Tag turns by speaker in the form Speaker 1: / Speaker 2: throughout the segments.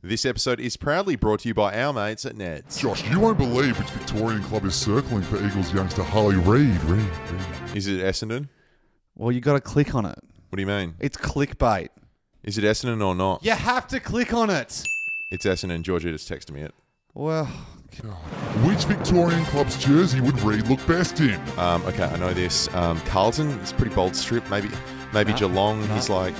Speaker 1: This episode is proudly brought to you by our mates at Neds.
Speaker 2: Josh, you won't believe which Victorian club is circling for Eagles youngster Harley Reid. Reid, Reid.
Speaker 1: Is it Essendon?
Speaker 3: Well, you got to click on it.
Speaker 1: What do you mean?
Speaker 3: It's clickbait.
Speaker 1: Is it Essendon or not?
Speaker 3: You have to click on it.
Speaker 1: It's Essendon. Georgia just texted me it.
Speaker 3: Well,
Speaker 2: Which Victorian club's jersey would Reid look best in?
Speaker 1: Um, okay, I know this. Um, Carlton, it's a pretty bold strip. Maybe maybe Geelong, he's like,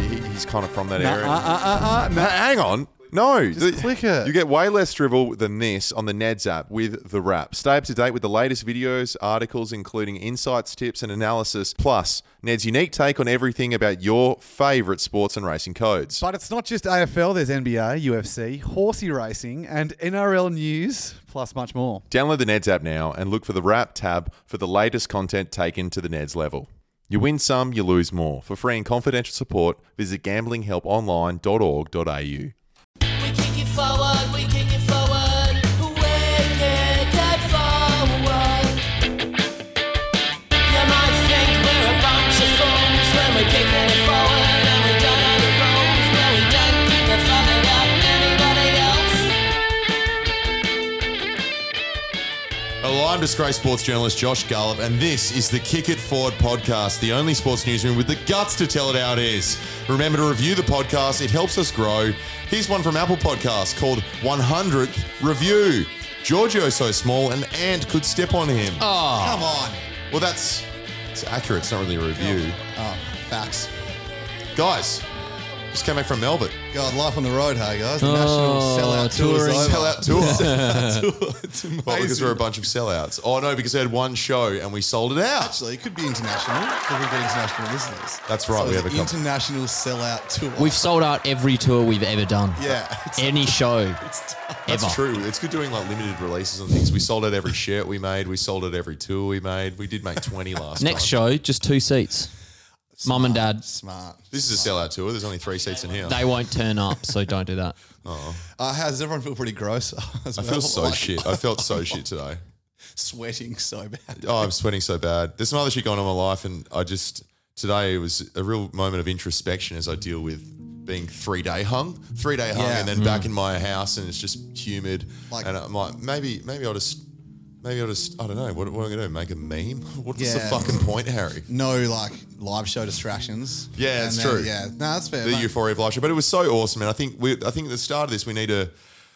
Speaker 1: he- he's kind of from that
Speaker 3: uh, uh,
Speaker 1: area.
Speaker 3: uh, uh,
Speaker 1: Uh,
Speaker 3: no.
Speaker 1: hang on. No,
Speaker 3: Just click it.
Speaker 1: You get way less drivel than this on the Neds app with the wrap. Stay up to date with the latest videos, articles, including insights, tips, and analysis. Plus, Ned's unique take on everything about your favorite sports and racing codes.
Speaker 3: But it's not just AFL. There's NBA, UFC, horsey racing, and NRL news, plus much more.
Speaker 1: Download the Neds app now and look for the wrap tab for the latest content taken to the Neds level. You win some, you lose more. For free and confidential support, visit gamblinghelponline.org.au.
Speaker 4: We kick it forward, we kick it forward, wicked dead forward. You might think we're a bunch of fools when we're kicking it forward and we don't know the rules, but we don't think they're funny like anybody else.
Speaker 1: Hello, I'm disgraced sports journalist Josh Gullop, and this is the Kick It Forward podcast, the only sports newsroom with the guts to tell it how it is. Remember to review the podcast, it helps us grow. Here's one from Apple Podcasts called 100th Review. Giorgio's so small, an ant could step on him.
Speaker 5: Oh. Come on.
Speaker 1: Well, that's it's accurate, it's not really a review.
Speaker 5: Oh, facts.
Speaker 1: Guys, just came back from Melbourne.
Speaker 5: God, life on the road, hey guys. The national sellout Oh, tour
Speaker 1: Oh, Touring
Speaker 5: is over.
Speaker 1: sellout tour.
Speaker 5: it's
Speaker 1: Well, because
Speaker 5: amazing.
Speaker 1: we're a bunch of sellouts. Oh, no, because they had one show and we sold it out.
Speaker 5: Actually, it could be international because we've got international listeners.
Speaker 1: That's right,
Speaker 5: So
Speaker 1: we
Speaker 5: it's
Speaker 1: have a
Speaker 5: an
Speaker 1: couple.
Speaker 5: international sellout tour.
Speaker 6: We've sold out every tour we've ever done.
Speaker 5: yeah, it's,
Speaker 6: Any show
Speaker 5: it's tough.
Speaker 1: That's
Speaker 6: ever.
Speaker 1: true. It's good doing like limited releases and things. We sold out every shirt we made. We sold out every tour we made. We did make 20 last
Speaker 6: Next
Speaker 1: time.
Speaker 6: show, just two seats. Mum and dad,
Speaker 5: smart.
Speaker 1: This is a sellout tour. There's only three seats in here.
Speaker 6: they won't turn up, so don't do that.
Speaker 5: Uh, how does everyone feel? Pretty gross. as
Speaker 1: I
Speaker 5: well?
Speaker 1: feel so
Speaker 5: Like,
Speaker 1: shit. I felt so shit today.
Speaker 5: Sweating so bad.
Speaker 1: Oh, I'm sweating so bad. There's some other shit going on in my life, and I just today it was a real moment of introspection as I deal with being three day hung, three day hung,
Speaker 5: Yeah. Mm.
Speaker 1: and then back in my house, and it's just humid.
Speaker 5: Like-
Speaker 1: and I'm like, maybe, maybe I'll just, maybe I'll just, I don't know. What, what am I gonna do? Make a meme? What's the
Speaker 5: Yeah.
Speaker 1: fucking point, Harry?
Speaker 5: No, like live show distractions.
Speaker 1: Yeah, it's
Speaker 5: And
Speaker 1: true.
Speaker 5: Yeah, no, that's fair.
Speaker 1: the
Speaker 5: mate.
Speaker 1: euphoria of live show. But it was so awesome, and I think we, I think at the start of this we need to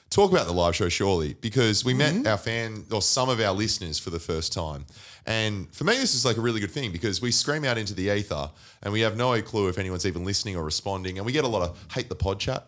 Speaker 1: talk about the live show surely because we
Speaker 5: Mm-hmm.
Speaker 1: met our fan or some of our listeners for the first time, and for me this is like a really good thing because we scream out into the ether and we have no clue if anyone's even listening or responding, and we get a lot of hate the pod chat.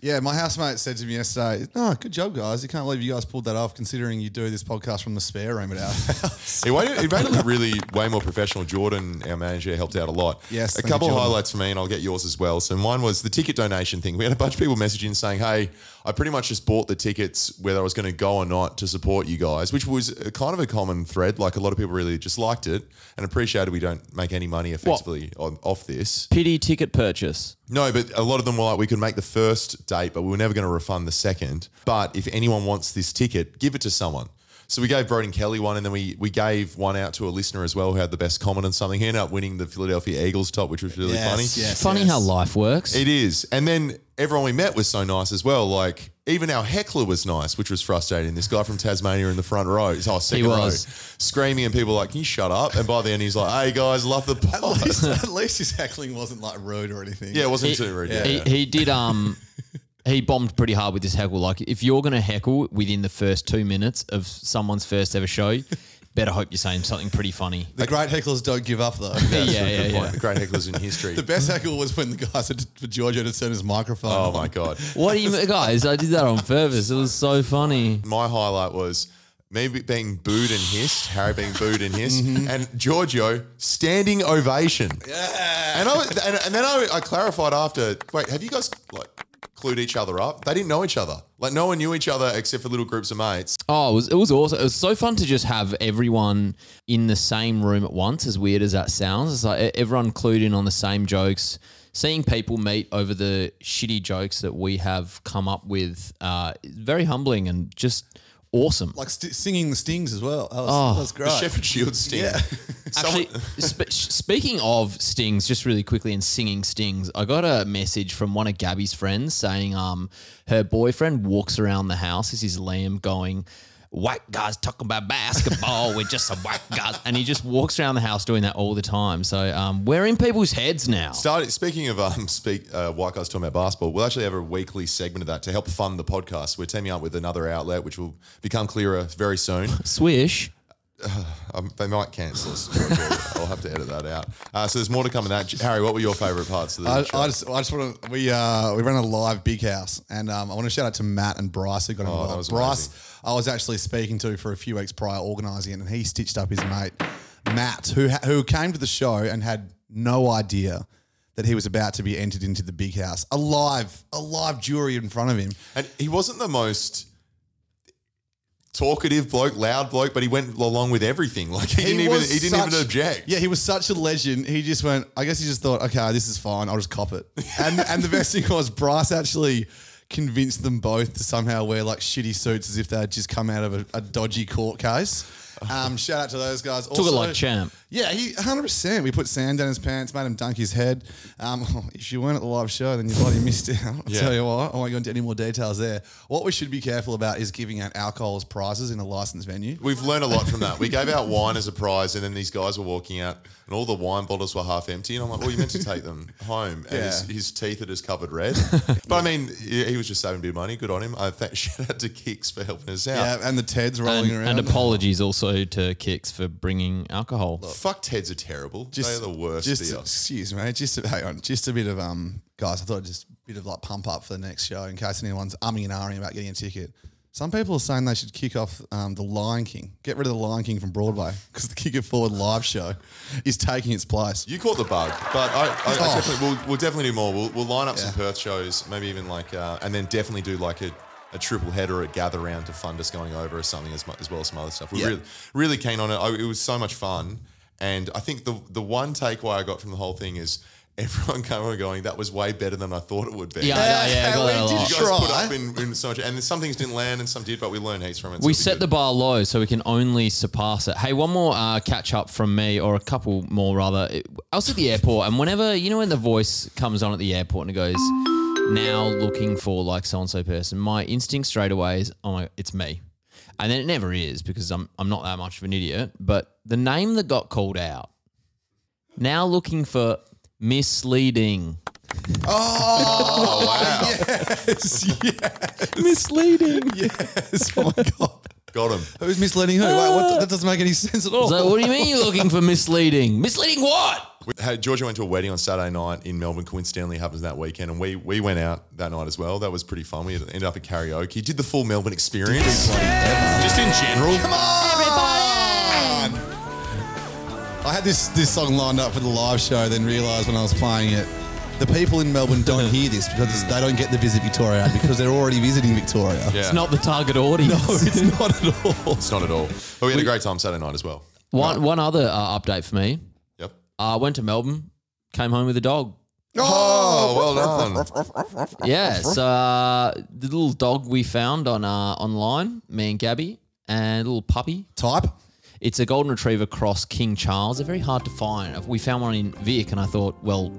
Speaker 5: Yeah, my housemate said to me yesterday, "No, good job, guys. You can't believe you guys pulled that off, considering you do this podcast from the spare room at our house."
Speaker 1: It made it, it made it look really way more professional. Jordan, our manager, helped out a lot.
Speaker 5: Yes,
Speaker 1: a
Speaker 5: thank you,
Speaker 1: couple of
Speaker 5: Jordan.
Speaker 1: highlights for me, and I'll get yours as well. So mine was the ticket donation thing. We had a bunch of people messaging saying, "Hey, I pretty much just bought the tickets, whether I was going to go or not, to support you guys," which was a, kind of a common thread. Like a lot of people really just liked it and appreciated we don't make any money effectively on, off this.
Speaker 6: Pity ticket purchase.
Speaker 1: No, but a lot of them were like, we could make the first date, but we were never going to refund the second. But if anyone wants this ticket, give it to someone. So we gave Broden Kelly one, and then we we gave one out to a listener as well who had the best comment on something. He ended up winning the Philadelphia Eagles top, which was really
Speaker 5: Yes,
Speaker 1: funny.
Speaker 5: yes.
Speaker 6: Funny how life works.
Speaker 1: It is. And then everyone we met was so nice as well. Like even our heckler was nice, which was frustrating. This guy from Tasmania in the front row, oh, second row,
Speaker 6: was.
Speaker 1: screaming, and people were like, "Can you shut up?" And by the end, he's like, "Hey guys, love the
Speaker 5: at,
Speaker 1: pod."
Speaker 5: least, at least his heckling wasn't like rude or anything.
Speaker 1: yeah, it wasn't
Speaker 6: He-
Speaker 1: too rude. Yeah.
Speaker 6: He, he did. Um, he bombed pretty hard with his heckle. Like, if you're going to heckle within the first two minutes of someone's first ever show, better hope you're saying something pretty funny.
Speaker 5: the great hecklers don't give up though.
Speaker 6: Yeah, yeah, yeah.
Speaker 1: Like, the great hecklers in history.
Speaker 5: the best heckle was when the guy said for Giorgio to turn his microphone.
Speaker 1: Oh
Speaker 5: on.
Speaker 1: my god.
Speaker 6: What do you guys? I did that on purpose. It was so funny.
Speaker 1: My highlight was me be- being booed and hissed, Harry being booed and hissed, and Giorgio standing ovation. Yeah. And I was, and, and then I, I clarified after. Wait, have you guys like clued each other up? They didn't know each other. Like no one knew each other except for little groups of mates.
Speaker 6: Oh, it was, it was awesome. It was so fun to just have everyone in the same room at once, as weird as that sounds. It's like e- everyone clued in on the same jokes. Seeing people meet over the shitty jokes that we have come up with, uh, is very humbling and just awesome.
Speaker 5: Like st- singing the Stings as well. That was,
Speaker 6: Oh.
Speaker 5: that was great.
Speaker 1: The Sheffield Shield sting.
Speaker 5: Yeah.
Speaker 1: Someone-
Speaker 6: Actually, sp- speaking of stings, just really quickly and singing stings, I got a message from one of Gabby's friends saying um her boyfriend walks around the house. This is Liam going. White guys talking about basketball. We're just some white guys, and he just walks around the house doing that all the time. So um, we're in people's heads now.
Speaker 1: Started, speaking of um, speak uh, white guys talking about basketball, we'll actually have a weekly segment of that to help fund the podcast. We're teaming up with another outlet, which will become clearer very soon.
Speaker 6: Swish.
Speaker 1: Um, they might cancel us. I'll have to edit that out. Uh, so there's more to come in that. Harry, what were your favourite parts of the
Speaker 5: I,
Speaker 1: show?
Speaker 5: I just, I just want to. We uh, we ran a live big house, and um, I want to shout out to Matt and Bryce who got involved.
Speaker 1: Oh, that was
Speaker 5: Bryce, I was actually speaking to for a few weeks prior, organising it, and he stitched up his mate Matt, who ha- who came to the show and had no idea that he was about to be entered into the big house, a live a live jury in front of him.
Speaker 1: And he wasn't the most talkative bloke, loud bloke, but he went along with everything. Like he, didn't even
Speaker 5: was
Speaker 1: he didn't even
Speaker 5: such-
Speaker 1: object.
Speaker 5: Yeah, he was such a legend. He just went. I guess he just thought, okay, this is fine. I'll just cop it. And and the best thing was Bryce actually convinced them both to somehow wear like shitty suits as if they had just come out of a, a dodgy court case. Um, shout out to those guys.
Speaker 6: Took it like champ.
Speaker 5: Yeah, he 100%. We put sand down his pants, made him dunk his head. Um, if you weren't at the live show, then you bloody missed out. I'll
Speaker 1: Yeah.
Speaker 5: tell you what, I won't go into any more details there. What we should be careful about is giving out alcohol as prizes in a licensed venue.
Speaker 1: We've learned a lot from that. We gave out wine as a prize, and then these guys were walking out, and all the wine bottles were half empty. And I'm like, "Well, you meant to take them home." And his,
Speaker 5: Yeah.
Speaker 1: his teeth are just covered red. But I mean, he he was just saving a bit of money. Good on him. I thank shout out to Kicks for helping us out.
Speaker 5: Yeah, and the Ted's rolling
Speaker 6: And,
Speaker 5: around.
Speaker 6: and apologies also to Kicks for bringing alcohol.
Speaker 1: Fucked heads are terrible. they are the worst.
Speaker 5: Just
Speaker 1: they are.
Speaker 5: excuse me, just a, hang on, just a bit of um, guys. I thought just a bit of like pump up for the next show in case anyone's umming and ahhing about getting a ticket. Some people are saying they should kick off um, the Lion King. Get rid of the Lion King from Broadway because the Kick It Forward live show is taking its place.
Speaker 1: You caught the bug, but I, I, I
Speaker 5: Oh.
Speaker 1: definitely, we'll, we'll definitely do more. We'll, we'll line up some
Speaker 5: Yeah.
Speaker 1: Perth shows, maybe even like, uh, and then definitely do like a, a triple header at Gather Round to fund us going over or something as, mu- as well as some other stuff. We're
Speaker 5: Yeah.
Speaker 1: really, really keen on it. I, it was so much fun. And I think the, the one takeaway I got from the whole thing is everyone came on going, that was way better than I thought it would be.
Speaker 6: Yeah, I know, yeah, I got that a
Speaker 5: we
Speaker 6: lot.
Speaker 5: did
Speaker 1: You guys
Speaker 5: try.
Speaker 1: put up in, in so much, and then some things didn't land and some did, but we learned heaps from it. so it'll
Speaker 6: We
Speaker 1: be
Speaker 6: set
Speaker 1: good.
Speaker 6: the bar low so we can only surpass it. Hey, one more uh, catch up from me, or a couple more rather. It- I was at the airport, and whenever, you know, when the voice comes on at the airport and it goes, now looking for like so and so person, my instinct straight away is, oh my, it's me. And then it never is because I'm, I'm not that much of an idiot. But the name that got called out, now looking for misleading.
Speaker 1: Oh, wow.
Speaker 5: yes,
Speaker 6: Misleading.
Speaker 5: yes. Oh my god,
Speaker 1: Got him.
Speaker 5: who's misleading who? Wait, what? That doesn't make any sense at all.
Speaker 6: So, what do you mean you're looking for misleading? Misleading what?
Speaker 1: We- Hey, Georgia went to a wedding on Saturday night in Melbourne. Coincidentally, happens that weekend, and we we went out that night as well. That was pretty fun. We had- ended up at karaoke. Did the full Melbourne experience, just in general. Come
Speaker 5: I had this this song lined up for the live show, then realised when I was playing it, the people in Melbourne don't hear this because they don't get the visit Victoria ad because they're already visiting Victoria.
Speaker 6: It's not the target audience.
Speaker 5: it's not at all.
Speaker 1: It's not at all. But we had a great time Saturday night as well.
Speaker 6: One one other uh, update for me. Uh,
Speaker 1: Yep.
Speaker 6: I went to Melbourne, came home with a dog.
Speaker 1: Oh, well done.
Speaker 6: Yeah, so uh, the little dog we found on uh, online, me and Gabby, and a little puppy.
Speaker 5: Type.
Speaker 6: It's a golden retriever cross King Charles. They're very hard to find. We found one in Vic, and I thought, well,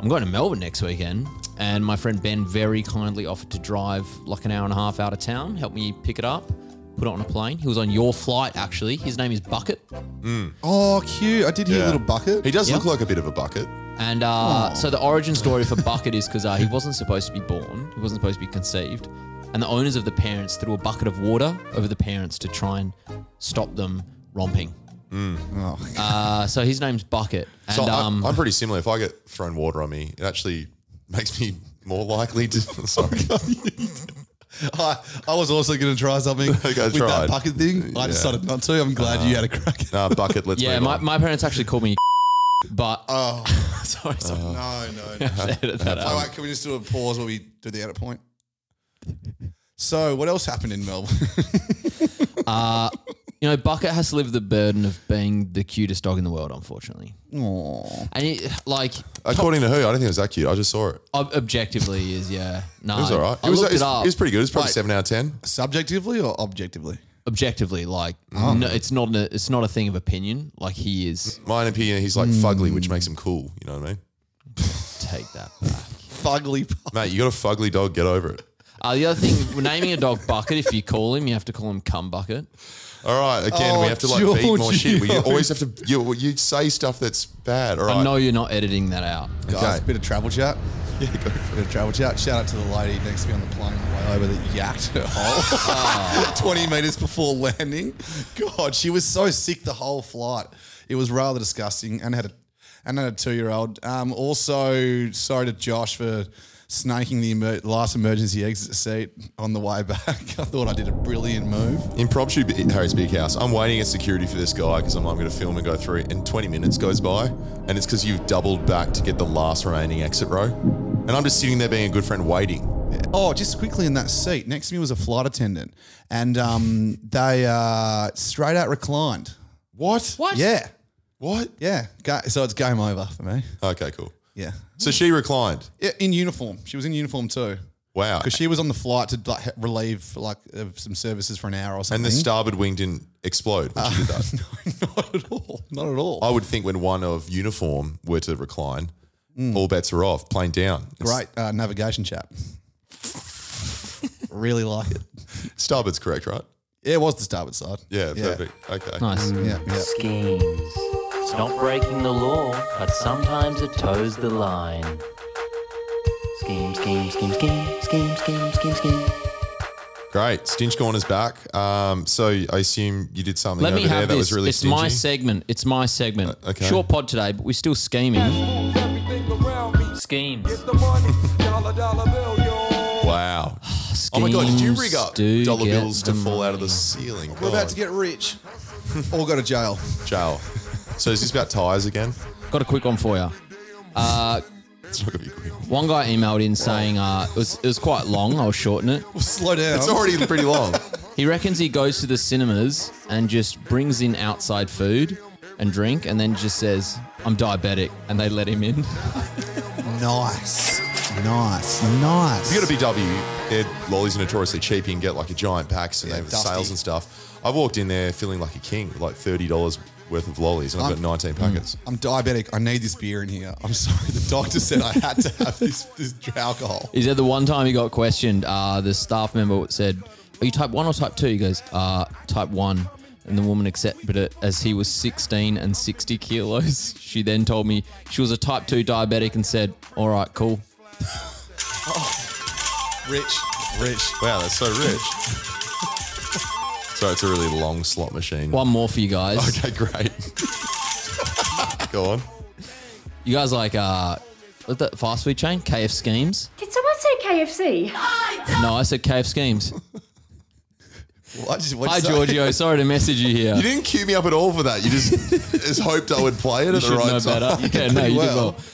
Speaker 6: I'm going to Melbourne next weekend. And my friend Ben very kindly offered to drive like an hour and a half out of town, help me pick it up, put it on a plane. He was on your flight, actually. His name is Bucket.
Speaker 5: Oh, cute. I did hear
Speaker 1: Yeah.
Speaker 5: a little bucket.
Speaker 1: He does
Speaker 6: Yeah.
Speaker 1: look like a bit of a bucket.
Speaker 6: And uh, so the origin story for Bucket is because uh, he wasn't supposed to be born, he wasn't supposed to be conceived. And the owners of the parents threw a bucket of water over the parents to try and stop them romping. Uh, so his name's Bucket.
Speaker 1: Mm.
Speaker 6: And
Speaker 1: So I-
Speaker 6: um,
Speaker 1: I'm pretty similar. If I get thrown water on me, it actually makes me more likely to. Sorry.
Speaker 5: I, I was also going to try something with
Speaker 1: I tried.
Speaker 5: that bucket thing. I decided not to. I'm glad you had a crack. at it.
Speaker 1: Nah, bucket. Let's
Speaker 6: yeah,
Speaker 1: move
Speaker 6: my,
Speaker 1: on.
Speaker 6: my parents actually called me, but.
Speaker 5: Oh,
Speaker 6: sorry, sorry.
Speaker 7: Uh,
Speaker 5: no, no, no.
Speaker 6: Edit that out.
Speaker 1: Um,
Speaker 5: All right, can we just do a pause while we do the edit point? So, what else happened in Melbourne?
Speaker 6: You know, Bucket has to live the burden of being the cutest dog in the world, unfortunately.
Speaker 5: Aww.
Speaker 6: And it, like,
Speaker 1: According to who, I don't think it was that cute. I just saw it.
Speaker 6: ob- objectively, is yeah, no,
Speaker 1: It was all right.
Speaker 6: I
Speaker 1: It was,
Speaker 6: looked
Speaker 1: it, was,
Speaker 6: it up.
Speaker 1: it was pretty good. It was probably
Speaker 5: Wait.
Speaker 1: seven out of ten.
Speaker 5: Subjectively or objectively?
Speaker 6: objectively, like, no, it's not a, it's not a thing of opinion. Like he is.
Speaker 1: Mine opinion, he's like
Speaker 6: Hmm.
Speaker 1: fugly, which makes him cool. You know what I mean?
Speaker 6: Take that back.
Speaker 5: Fugly. pu-
Speaker 1: Mate, you got a fugly dog. Get over it.
Speaker 6: Uh, the other thing, we're naming a dog Bucket. If you call him, you have to call him Cum Bucket.
Speaker 1: All right. Again, we
Speaker 5: Oh,
Speaker 1: have to like beat more shit. We
Speaker 5: Giorgio.
Speaker 1: always have to. You, you say stuff that's bad. All right.
Speaker 6: I know you're not editing that out.
Speaker 5: Guys, bit of travel chat. Yeah, go for Bit of travel chat. Shout out to the lady next to me on the plane on the way over that yacked her hole 20 metres before landing. God, she was so sick the whole flight. It was rather disgusting and had a and had a two year old. Um, also, sorry to Josh for snaking the emer- last emergency exit seat on the way back. I thought I did a brilliant move.
Speaker 1: Impromptu b- at Harry's Big House. I'm waiting at security for this guy because I'm, I'm going to film and go through. And 20 minutes goes by, and it's because you've doubled back to get the last remaining exit row. And I'm just sitting there being a good friend waiting.
Speaker 5: Oh, just quickly in that seat next to me was a flight attendant, and um, they uh, straight out reclined.
Speaker 1: What? What?
Speaker 5: Yeah,
Speaker 1: What?
Speaker 5: yeah. Ga- so it's game over for me.
Speaker 1: Okay, cool.
Speaker 5: Yeah.
Speaker 1: So she reclined.
Speaker 5: yeah, in uniform. She was in uniform too,
Speaker 1: Wow.
Speaker 5: because she was on the flight to like, he- relieve like of some services for an hour or something.
Speaker 1: and the starboard wing didn't explode when she did that.
Speaker 5: not at all. Not at all.
Speaker 1: I would think when one of uniform were to recline, all bets are off, plane down. It's-
Speaker 5: Mm. Great uh, navigation chap. really like it.
Speaker 1: Starboard's correct, right?
Speaker 5: Yeah, it was the starboard side.
Speaker 1: Yeah, perfect. Okay.
Speaker 6: Nice.
Speaker 5: Yeah, yeah.
Speaker 8: Schemes. It's not breaking the law, but sometimes it toes the line. Scheme, scheme, scheme, scheme, scheme, scheme, scheme, scheme.
Speaker 1: Great. Stinch Corner's back. Um, so I assume you did something
Speaker 6: Let
Speaker 1: over
Speaker 6: me
Speaker 1: there
Speaker 6: have
Speaker 1: that
Speaker 6: this.
Speaker 1: was really
Speaker 6: it's
Speaker 1: stingy.
Speaker 6: my segment. It's my segment.
Speaker 1: Uh, okay.
Speaker 6: Short pod today, but we're still scheming.
Speaker 8: Schemes.
Speaker 1: wow. Oh my god, did you rig up
Speaker 6: do
Speaker 1: dollar
Speaker 6: get
Speaker 1: bills to
Speaker 6: the
Speaker 1: fall out of the
Speaker 6: money.
Speaker 1: ceiling?
Speaker 5: We're
Speaker 1: God.
Speaker 5: about to get rich. All go to jail.
Speaker 1: jail. So is this about tires again?
Speaker 6: Got a quick one for you.
Speaker 1: It's not gonna be quick.
Speaker 6: One guy emailed in saying uh, it, was, it was quite long. I'll shorten it.
Speaker 5: We'll slow down.
Speaker 1: It's already pretty long.
Speaker 6: He reckons he goes to the cinemas and just brings in outside food and drink and then just says, I'm diabetic. And they let him in.
Speaker 5: Nice. Nice. Nice.
Speaker 1: You got a BW, their lollies are notoriously cheap. You can get like a giant pack, so they
Speaker 5: Yeah,
Speaker 1: have
Speaker 5: dusty.
Speaker 1: sales and stuff. I've walked in there feeling like a king, with like thirty dollars worth of lollies, and I've
Speaker 5: I'm-
Speaker 1: got nineteen packets.
Speaker 5: I'm diabetic. I need this beer in here. I'm sorry. The doctor said I had to have this, this alcohol.
Speaker 6: He said the one time he got questioned, uh, the staff member said, Are you type 1 or type 2? He goes, uh, Type 1. And the woman accepted it as he was 16 and 60 kilos. She then told me she was a type 2 diabetic and said, All right, cool.
Speaker 5: Rich, rich.
Speaker 1: Wow, that's so rich. so it's a really long slot machine.
Speaker 6: One more for you guys.
Speaker 1: Okay, great. Go on.
Speaker 6: You guys like uh, what's that fast food chain? KF Schemes?
Speaker 9: Did someone say KFC?
Speaker 6: No, I said KF Schemes.
Speaker 5: What, what
Speaker 6: Hi, Giorgio. Sorry to message you here.
Speaker 1: You didn't cue me up at all for that. You just, just hoped I would play it at the
Speaker 6: should know
Speaker 1: right time.
Speaker 6: better. Yeah, no, you
Speaker 5: well.
Speaker 6: did well.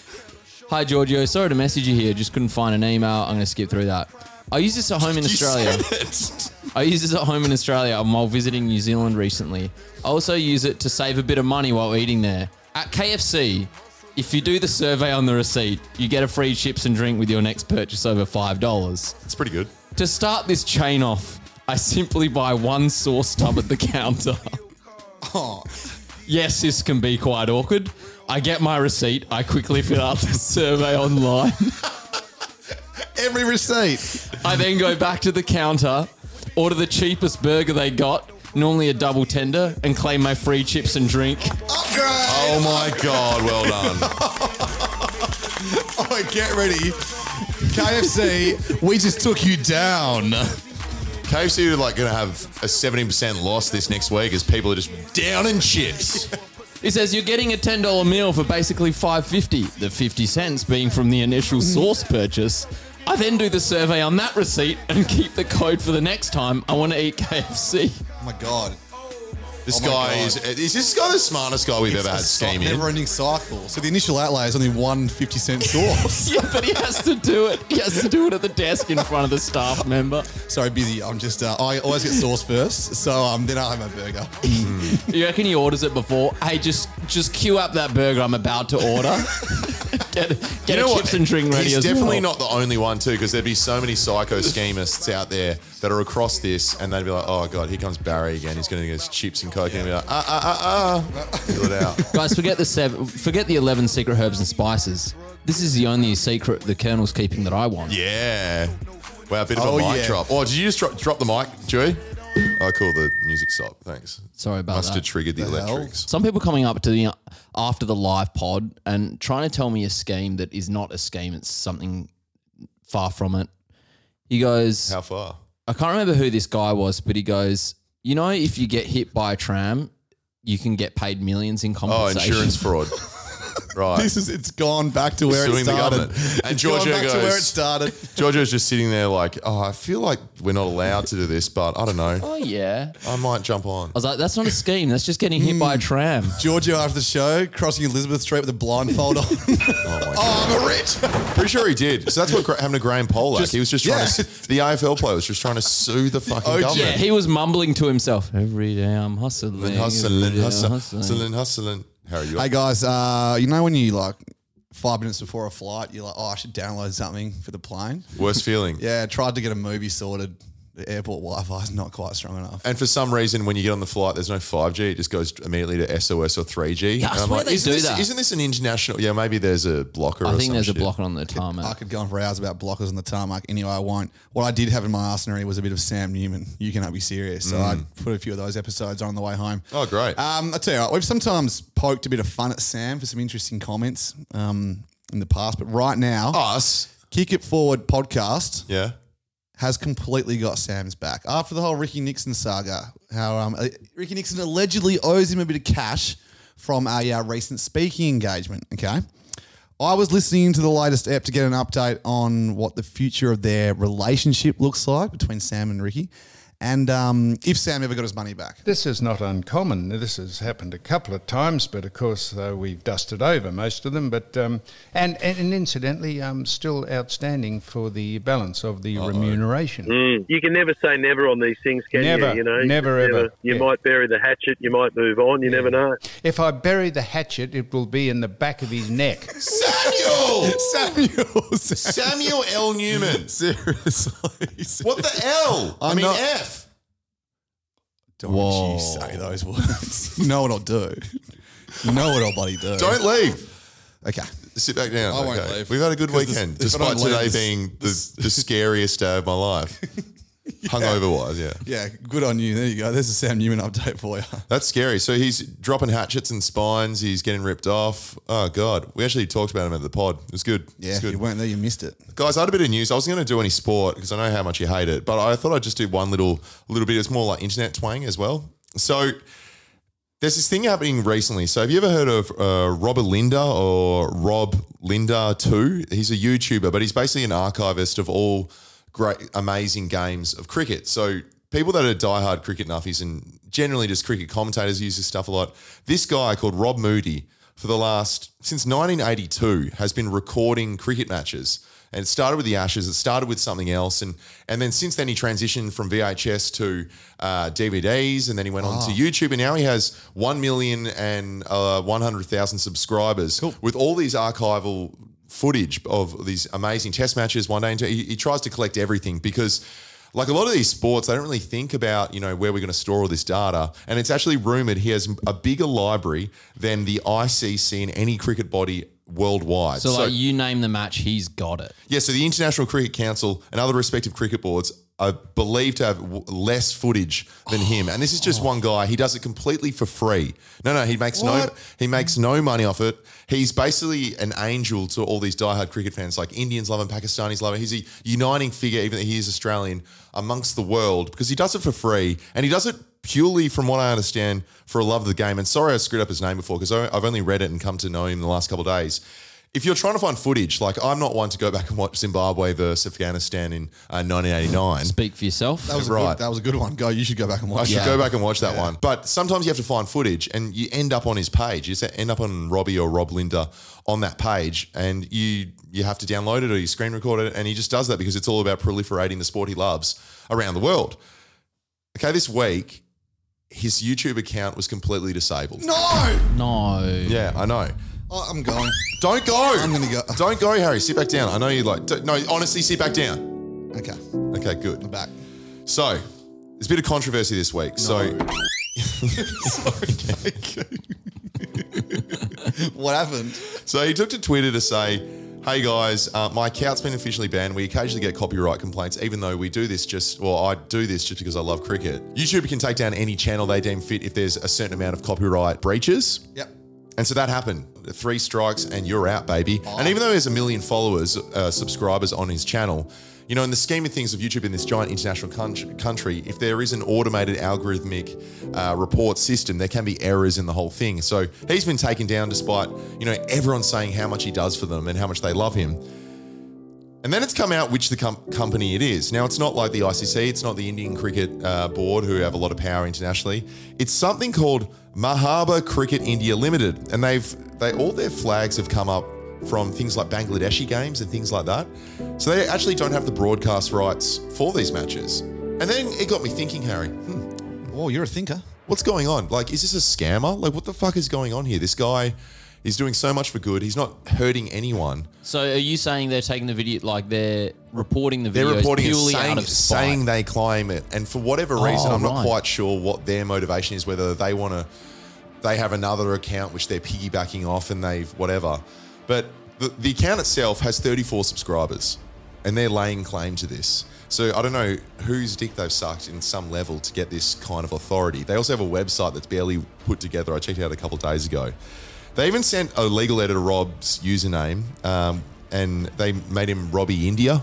Speaker 6: Hi, Giorgio. Sorry to message you here. Just couldn't find an email. I'm going to skip through that. I use this at home in
Speaker 1: You
Speaker 6: Australia.
Speaker 1: said it.
Speaker 6: I use this at home in Australia and while visiting New Zealand recently. I also use it to save a bit of money while eating there. At KFC, if you do the survey on the receipt, you get a free chips and drink with your next purchase over $5.
Speaker 1: It's pretty good.
Speaker 6: To start this chain off, I simply buy one sauce tub at the counter. Yes, this can be quite awkward. I get my receipt. I quickly fill out the survey online.
Speaker 5: Every receipt.
Speaker 6: I then go back to the counter, order the cheapest burger they got, normally a double tender, and claim my free chips and drink.
Speaker 5: Upgrade.
Speaker 1: Oh
Speaker 5: Oh,
Speaker 1: my god, well done.
Speaker 5: get ready. KFC, we just took you down.
Speaker 1: KFC are like going to have a 70% loss this next week as people are just
Speaker 6: Oh
Speaker 1: down in chips.
Speaker 6: He says you're getting a ten dollar meal for basically five fifty. The fifty cents being from the initial sauce purchase. I then do the survey on that receipt and keep the code for the next time I want to eat KFC.
Speaker 5: Oh my God.
Speaker 1: This
Speaker 5: Oh my
Speaker 1: guy
Speaker 5: God.
Speaker 1: is, is this guy the smartest guy we've ever had scheme in?
Speaker 5: never ending cycle. So the initial outlay is only one 50 cent source.
Speaker 6: Yeah, but he has to do it. He has to do it at the desk in front of the staff member.
Speaker 5: Sorry, busy. I'm just, uh, I always get sauce first. So um, then I have my burger.
Speaker 1: Hmm.
Speaker 6: You reckon he orders it before? Hey, just just queue up that burger I'm about to order. get get a chips and drink ready
Speaker 1: He's
Speaker 6: as
Speaker 1: definitely
Speaker 6: well.
Speaker 1: not the only one too, because there'd be so many psycho schemists out there that are across this, and they'd be like, "Oh god, here comes Barry again. He's going to get his chips and coke," and be like, "Ah ah ah ah, fill it out."
Speaker 6: Guys, forget the seven, forget the eleven secret herbs and spices. This is the only secret the Colonel's keeping that I want.
Speaker 1: Yeah. Wow, a bit of a
Speaker 5: Oh,
Speaker 1: mic
Speaker 5: yeah.
Speaker 1: drop. Oh, did you just drop, drop the mic, Joey? Oh, cool. The music stopped. Thanks.
Speaker 6: Sorry about
Speaker 1: Must
Speaker 6: that.
Speaker 1: have triggered the,
Speaker 5: hell?
Speaker 1: electrics.
Speaker 6: Some people coming up to the after the live pod and trying to tell me a scheme that is not a scheme. It's something far from it. He goes,
Speaker 1: How far?
Speaker 6: I can't remember who this guy was, but he goes, you know, if you get hit by a tram, you can get paid millions in
Speaker 1: Oh,
Speaker 6: compensation.
Speaker 1: insurance fraud. Right.
Speaker 5: This is, it's gone back to where it
Speaker 1: Suing the
Speaker 5: started.
Speaker 1: government. And
Speaker 5: It's
Speaker 1: Giorgio
Speaker 5: gone back to
Speaker 1: goes-
Speaker 5: where it started.
Speaker 1: Giorgio's just sitting there like, oh, I feel like we're not allowed to do this, but I don't know.
Speaker 6: Oh yeah. I
Speaker 1: I might jump on.
Speaker 6: was like, that's not a scheme. That's just getting hit by
Speaker 1: Hmm.
Speaker 6: a tram.
Speaker 5: Giorgio after the show, crossing Elizabeth Street with a blindfold on.
Speaker 1: Oh, my God.
Speaker 5: oh, I'm a rich.
Speaker 1: Pretty sure he did. So that's what gra- happened to Graham Polak.
Speaker 5: Just-
Speaker 1: he was just trying
Speaker 5: yeah.
Speaker 1: to,
Speaker 5: Oh,
Speaker 1: s- the AFL player was just trying to sue the fucking
Speaker 5: OG.
Speaker 1: government.
Speaker 6: Yeah, he was mumbling to himself every day. I'm hustling,
Speaker 1: hustling,
Speaker 6: every day I'm
Speaker 1: hustling,
Speaker 6: hustling."
Speaker 1: hustling, hustling. Harry, you
Speaker 5: Hey guys, uh, you know when you like five minutes before a flight, you're like, oh, I should download something for the plane.
Speaker 1: worst feeling.
Speaker 5: Yeah, tried to get a movie sorted. The airport Wi-Fi is not quite strong enough.
Speaker 1: And for some reason, when you get on the flight, there's no 5G. It just goes immediately to SOS or 3G.
Speaker 6: Yeah, I
Speaker 1: And I'm
Speaker 6: swear they
Speaker 1: isn't
Speaker 6: do
Speaker 1: this,
Speaker 6: that.
Speaker 1: Isn't this an international? Yeah, maybe there's a blocker.
Speaker 6: I
Speaker 1: or
Speaker 6: think
Speaker 1: some
Speaker 6: there's a
Speaker 1: shit.
Speaker 6: blocker on the tarmac.
Speaker 5: I could go on for hours about blockers on the tarmac. Anyway, I won't. What I did have in my arsenal was a bit of Sam Newman. You cannot be serious. So I put a few of those episodes on the way home.
Speaker 1: Mm. Oh, great.
Speaker 5: Um, I tell you, what, we've sometimes poked a bit of fun at Sam for some interesting comments um, in the past, but right now,
Speaker 1: Oh. Us.
Speaker 5: Kick It Forward podcast
Speaker 1: Yeah.
Speaker 5: has completely got Sam's back after the whole Ricky Nixon saga. How um, uh, Ricky Nixon allegedly owes him a bit of cash from a uh, recent speaking engagement. Okay, I was listening to the latest ep to get an update on what the future of their relationship looks like between Sam and Ricky, and um, if Sam ever got his money back.
Speaker 7: This is not uncommon. This has happened a couple of times, but of course uh, we've dusted over most of them. But um, and, and and incidentally, um, still outstanding for the balance of the remuneration.
Speaker 10: Mm. You can never say never on these things, can
Speaker 7: Never,
Speaker 10: you? You know,
Speaker 7: never,
Speaker 10: You
Speaker 7: ever.
Speaker 10: You
Speaker 7: Yeah.
Speaker 10: might bury the hatchet. You might move on. You never know.
Speaker 7: If I bury the hatchet, it will be in the back of his neck.
Speaker 1: Samuel!
Speaker 5: Samuel,
Speaker 1: Samuel L. Newman.
Speaker 5: seriously,
Speaker 1: What the L? I
Speaker 5: I'm
Speaker 1: mean,
Speaker 5: not-
Speaker 1: F.
Speaker 5: Don't
Speaker 6: Whoa.
Speaker 5: you say those words? you know what I'll do. You know what I'll bloody do.
Speaker 1: Don't leave.
Speaker 5: Okay.
Speaker 1: Sit back down.
Speaker 5: I won't leave.
Speaker 1: We've had a good
Speaker 5: 'Cause
Speaker 1: weekend,
Speaker 5: this- if I
Speaker 1: despite
Speaker 5: don't
Speaker 1: today
Speaker 5: leave, this-
Speaker 1: being the, the scariest day of my life. Hungover wise, yeah.
Speaker 5: Yeah, good on you. There you go. There's a Sam Newman update for you.
Speaker 1: That's scary. So he's dropping hatchets and spines. He's getting ripped off. Oh god, we actually talked about him at the pod. It was good. it
Speaker 5: Yeah,
Speaker 1: was
Speaker 5: if
Speaker 1: good.
Speaker 5: you weren't there, you missed it.
Speaker 1: Guys, I had a bit of news. I wasn't going to do any sport because I know how much you hate it, but I thought I'd just do one little little bit. It's more like internet twang as well. So there's this thing happening recently. So have you ever heard of uh, Robert Linda or Rob Linda too? He's a YouTuber, but he's basically an archivist of all great, amazing games of cricket. So people that are diehard cricket nuffies and generally just cricket commentators use this stuff a lot. This guy called Rob Moody for the last since 1982 has been recording cricket matches. And it started with the Ashes. It started with something else, and and then since then he transitioned from VHS to uh, DVDs, and then he went on to YouTube, and now he has one million and uh, one hundred thousand subscribers with all these archival footage of these amazing Test matches. One day, into, he, he tries to collect everything because. Like a lot of these sports, I don't really think about you know where we're going to store all this data, and it's actually rumored he has a bigger library than the ICC and any cricket body worldwide.
Speaker 6: so, like, you name the match, he's got it.
Speaker 1: Yeah, so the International Cricket Council and other respective cricket boards are believed to have w- less footage than him, and this is just one guy. He does it completely for free. No, no, he makes no he makes no money off it. He's basically an angel to all these diehard cricket fans. Like Indians love him, Pakistanis love him. He's a uniting figure, even though he is Australian amongst the world because he does it for free and he does it purely from what I understand for a love of the game. And sorry, I screwed up his name before because I've only read it and come to know him the last couple of days if you're trying to find footage, like I'm not one to go back and watch Zimbabwe versus Afghanistan in uh, 1989.
Speaker 6: Speak for yourself.
Speaker 5: That was a
Speaker 1: Right.
Speaker 5: Good, that was a good one. Go. You should go back and
Speaker 1: I
Speaker 5: watch.
Speaker 1: should
Speaker 5: that.
Speaker 1: go back and watch that one. But sometimes you have to find footage and you end up on his page. You just end up on Robbie or Rob Linder on that page and you you have to download it or you screen record it. And he just does that because it's all about proliferating the sport he loves around the world. Okay, this week, his YouTube account was completely disabled.
Speaker 5: No.
Speaker 6: No.
Speaker 1: Yeah, I know.
Speaker 5: Oh, I'm going.
Speaker 1: Don't go.
Speaker 5: I'm gonna go.
Speaker 1: Don't go, Harry. Sit back down. I know you like. don't- No, honestly, sit back down.
Speaker 5: Okay.
Speaker 1: Okay, good.
Speaker 5: I'm back.
Speaker 1: So, there's a bit of controversy this week. So, Sorry, Jake.
Speaker 5: What happened?
Speaker 1: So he took to Twitter to say, "Hey guys, uh, my account's been officially banned. We occasionally get copyright complaints, even though we do this just, well, I do this just because I love cricket. YouTube can take down any channel they deem fit if there's a certain amount of copyright breaches.
Speaker 5: Yep.
Speaker 1: And so that happened. Three strikes and you're out, baby. And even though he has a million followers, uh, subscribers on his channel, you know, in the scheme of things of YouTube in this giant international coun- country, if there is an automated algorithmic uh, report system, there can be errors in the whole thing. So he's been taken down despite, you know, everyone saying how much he does for them and how much they love him. And then it's come out which the com- company it is. Now, it's not like the ICC, it's not the Indian Cricket uh, Board, who have a lot of power internationally. It's something called Mahaba Cricket India Limited. And they've, they, all their flags have come up from things like Bangladeshi games and things like that. So they actually don't have the broadcast rights for these matches. And then it got me thinking, Harry, hmm,
Speaker 5: Oh, you're a thinker.
Speaker 1: what's going on? Like, is this a scammer? Like, what the fuck is going on here? This guy is doing so much for good. He's not hurting anyone.
Speaker 6: So are you saying they're taking the video, like they're reporting the
Speaker 1: They're
Speaker 6: video
Speaker 1: reporting it,
Speaker 6: purely
Speaker 1: saying,
Speaker 6: out of spite?
Speaker 1: saying they claim it, and for whatever reason,
Speaker 6: Oh,
Speaker 1: I'm not
Speaker 6: right.
Speaker 1: quite sure what their motivation is. Whether they want to, they have another account which they're piggybacking off, and they've whatever. But the, the account itself has 34 subscribers, and they're laying claim to this. So I don't know whose dick they've sucked in some level to get this kind of authority. They also have a website that's barely put together. I checked it out a couple of days ago. They even sent a legal letter to Rob's username, um, and they made him Robbie India,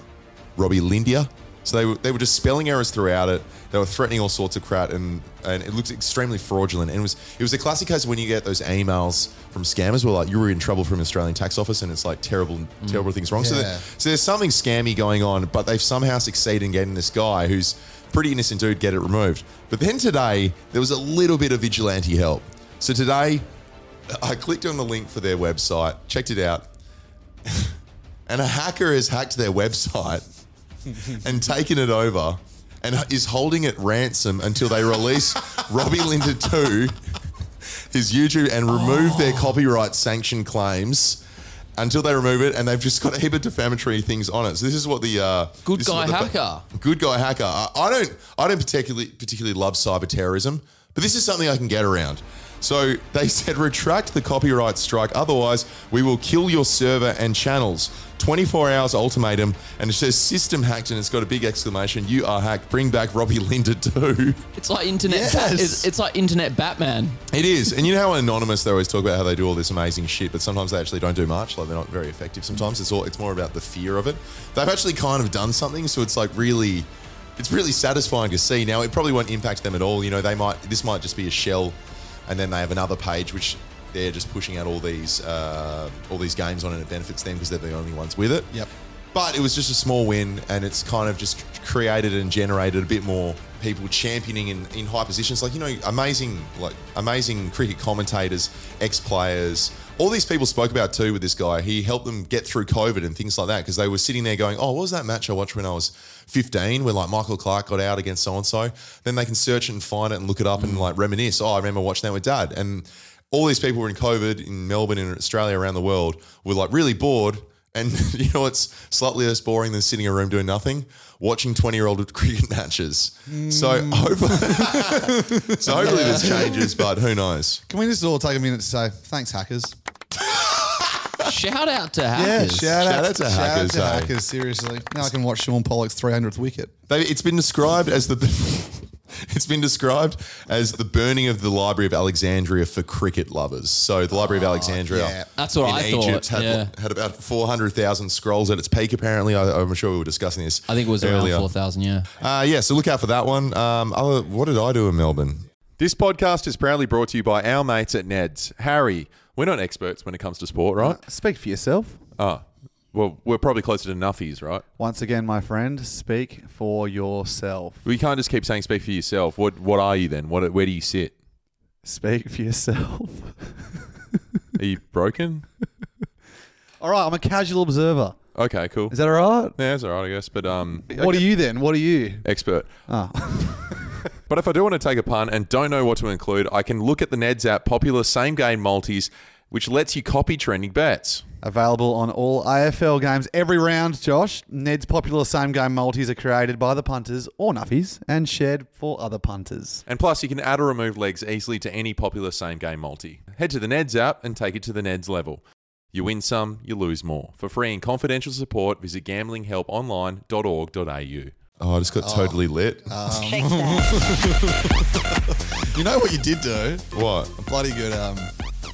Speaker 1: Robbie Lindia. So they were, they were just spelling errors throughout it. They were threatening all sorts of crap, and, and it looked extremely fraudulent. And it was it was a classic case when you get those emails from scammers where like you were in trouble from Australian tax office, and it's like terrible terrible things wrong. So,
Speaker 5: Yeah.
Speaker 1: there- so there's something scammy going on, but they've somehow succeeded in getting this guy who's pretty innocent dude get it removed. But then today there was a little bit of vigilante help. So today I clicked on the link for their website, checked it out, and a hacker has hacked their website and taken it over and is holding it ransom until they release Robbie Linda 2, his YouTube, and remove their
Speaker 6: Oh.
Speaker 1: copyright sanction claims. Until they remove it, and they've just got a heap of defamatory things on it. So this is what the uh,
Speaker 6: Good
Speaker 1: this is
Speaker 6: guy
Speaker 1: what the ba-
Speaker 6: hacker.
Speaker 1: good guy hacker. I, I don't I don't particularly particularly love cyber terrorism, but this is something I can get around. So they said retract the copyright strike, otherwise we will kill your server and channels. 24 hours ultimatum, and it says system hacked, and it's got a big exclamation. You are hacked. Bring back Robbie Linda too.
Speaker 6: It's like internet.
Speaker 1: Yes.
Speaker 6: Bat- it's, it's like internet Batman.
Speaker 1: It is, and you know how anonymous they always talk about how they do all this amazing shit, but sometimes they actually don't do much. Like they're not very effective. Sometimes it's all it's more about the fear of it. They've actually kind of done something, so it's like really, it's really satisfying to see. Now it probably won't impact them at all. You know, they might this might just be a shell, and then they have another page which they're just pushing out all these uh, all these games on, and it benefits them because they're the only ones with it.
Speaker 5: Yep.
Speaker 1: But it was just a small win, and it's kind of just created and generated a bit more people championing in, in high positions. Like you know, amazing like amazing cricket commentators, ex players, all these people spoke about too with this guy. He helped them get through COVID and things like that because they were sitting there going, "Oh, what was that match I watched when I was 15? Where like Michael Clark got out against so and so." Then they can search and find it and look it up and like reminisce. Oh, I remember watching that with dad and. All these people were in COVID in Melbourne and Australia around the world were like really bored and you know it's slightly less boring than sitting in a room doing nothing, watching twenty-year-old cricket matches. So hopefully, so hopefully this changes, but who knows?
Speaker 5: Can we just all take a minute to say thanks, hackers?
Speaker 6: Shout out to hackers.
Speaker 1: Shout out to hackers,
Speaker 5: Shout out
Speaker 1: eh?
Speaker 5: to hackers. Seriously, now I can watch Sean Pollock's 300th wicket.
Speaker 1: They, it's been described as the it's been described as the burning of the Library of Alexandria for cricket lovers. So the Library of Alexandria,
Speaker 5: yeah.
Speaker 6: That's what
Speaker 1: in
Speaker 6: I thought,
Speaker 1: Egypt had,
Speaker 6: yeah.
Speaker 1: had about four hundred thousand scrolls at its peak. Apparently, I, I'm sure we were discussing this.
Speaker 6: I think it was around
Speaker 1: earlier.
Speaker 6: four thousand. Yeah.
Speaker 1: Uh, yeah, so look out for that one. Um, other, what did I do in Melbourne? This podcast is proudly brought to you by our mates at Ned's. Harry, we're not experts when it comes to sport, right?
Speaker 3: Speak for yourself.
Speaker 1: Oh, well, we're probably closer to nuffies, right?
Speaker 3: Once again, my friend, speak for yourself.
Speaker 1: We can't just keep saying speak for yourself. What what are you then? What where do you sit?
Speaker 3: Speak for yourself.
Speaker 1: Are you broken?
Speaker 3: all right, I'm a casual observer.
Speaker 1: Okay, cool.
Speaker 3: Is that all right?
Speaker 1: yeah, that's all right, I guess. But um,
Speaker 3: What are you then? What are you?
Speaker 1: expert.
Speaker 3: Ah,
Speaker 1: But if I do want to take a pun and don't know what to include, I can look at the Neds app, popular same game multis, which lets you copy trending bets.
Speaker 3: available on all AFL games every round, Josh. Ned's popular same game multis are created by the punters or nuffies and shared for other punters.
Speaker 1: And plus, you can add or remove legs easily to any popular same game multi. Head to the Neds app and take it to the Neds level. You win some, you lose more. For free and confidential support, visit gamblinghelponline.org.au. Oh, I just got totally lit.
Speaker 5: Uh. You know what you did do?
Speaker 1: what?
Speaker 5: A bloody good um,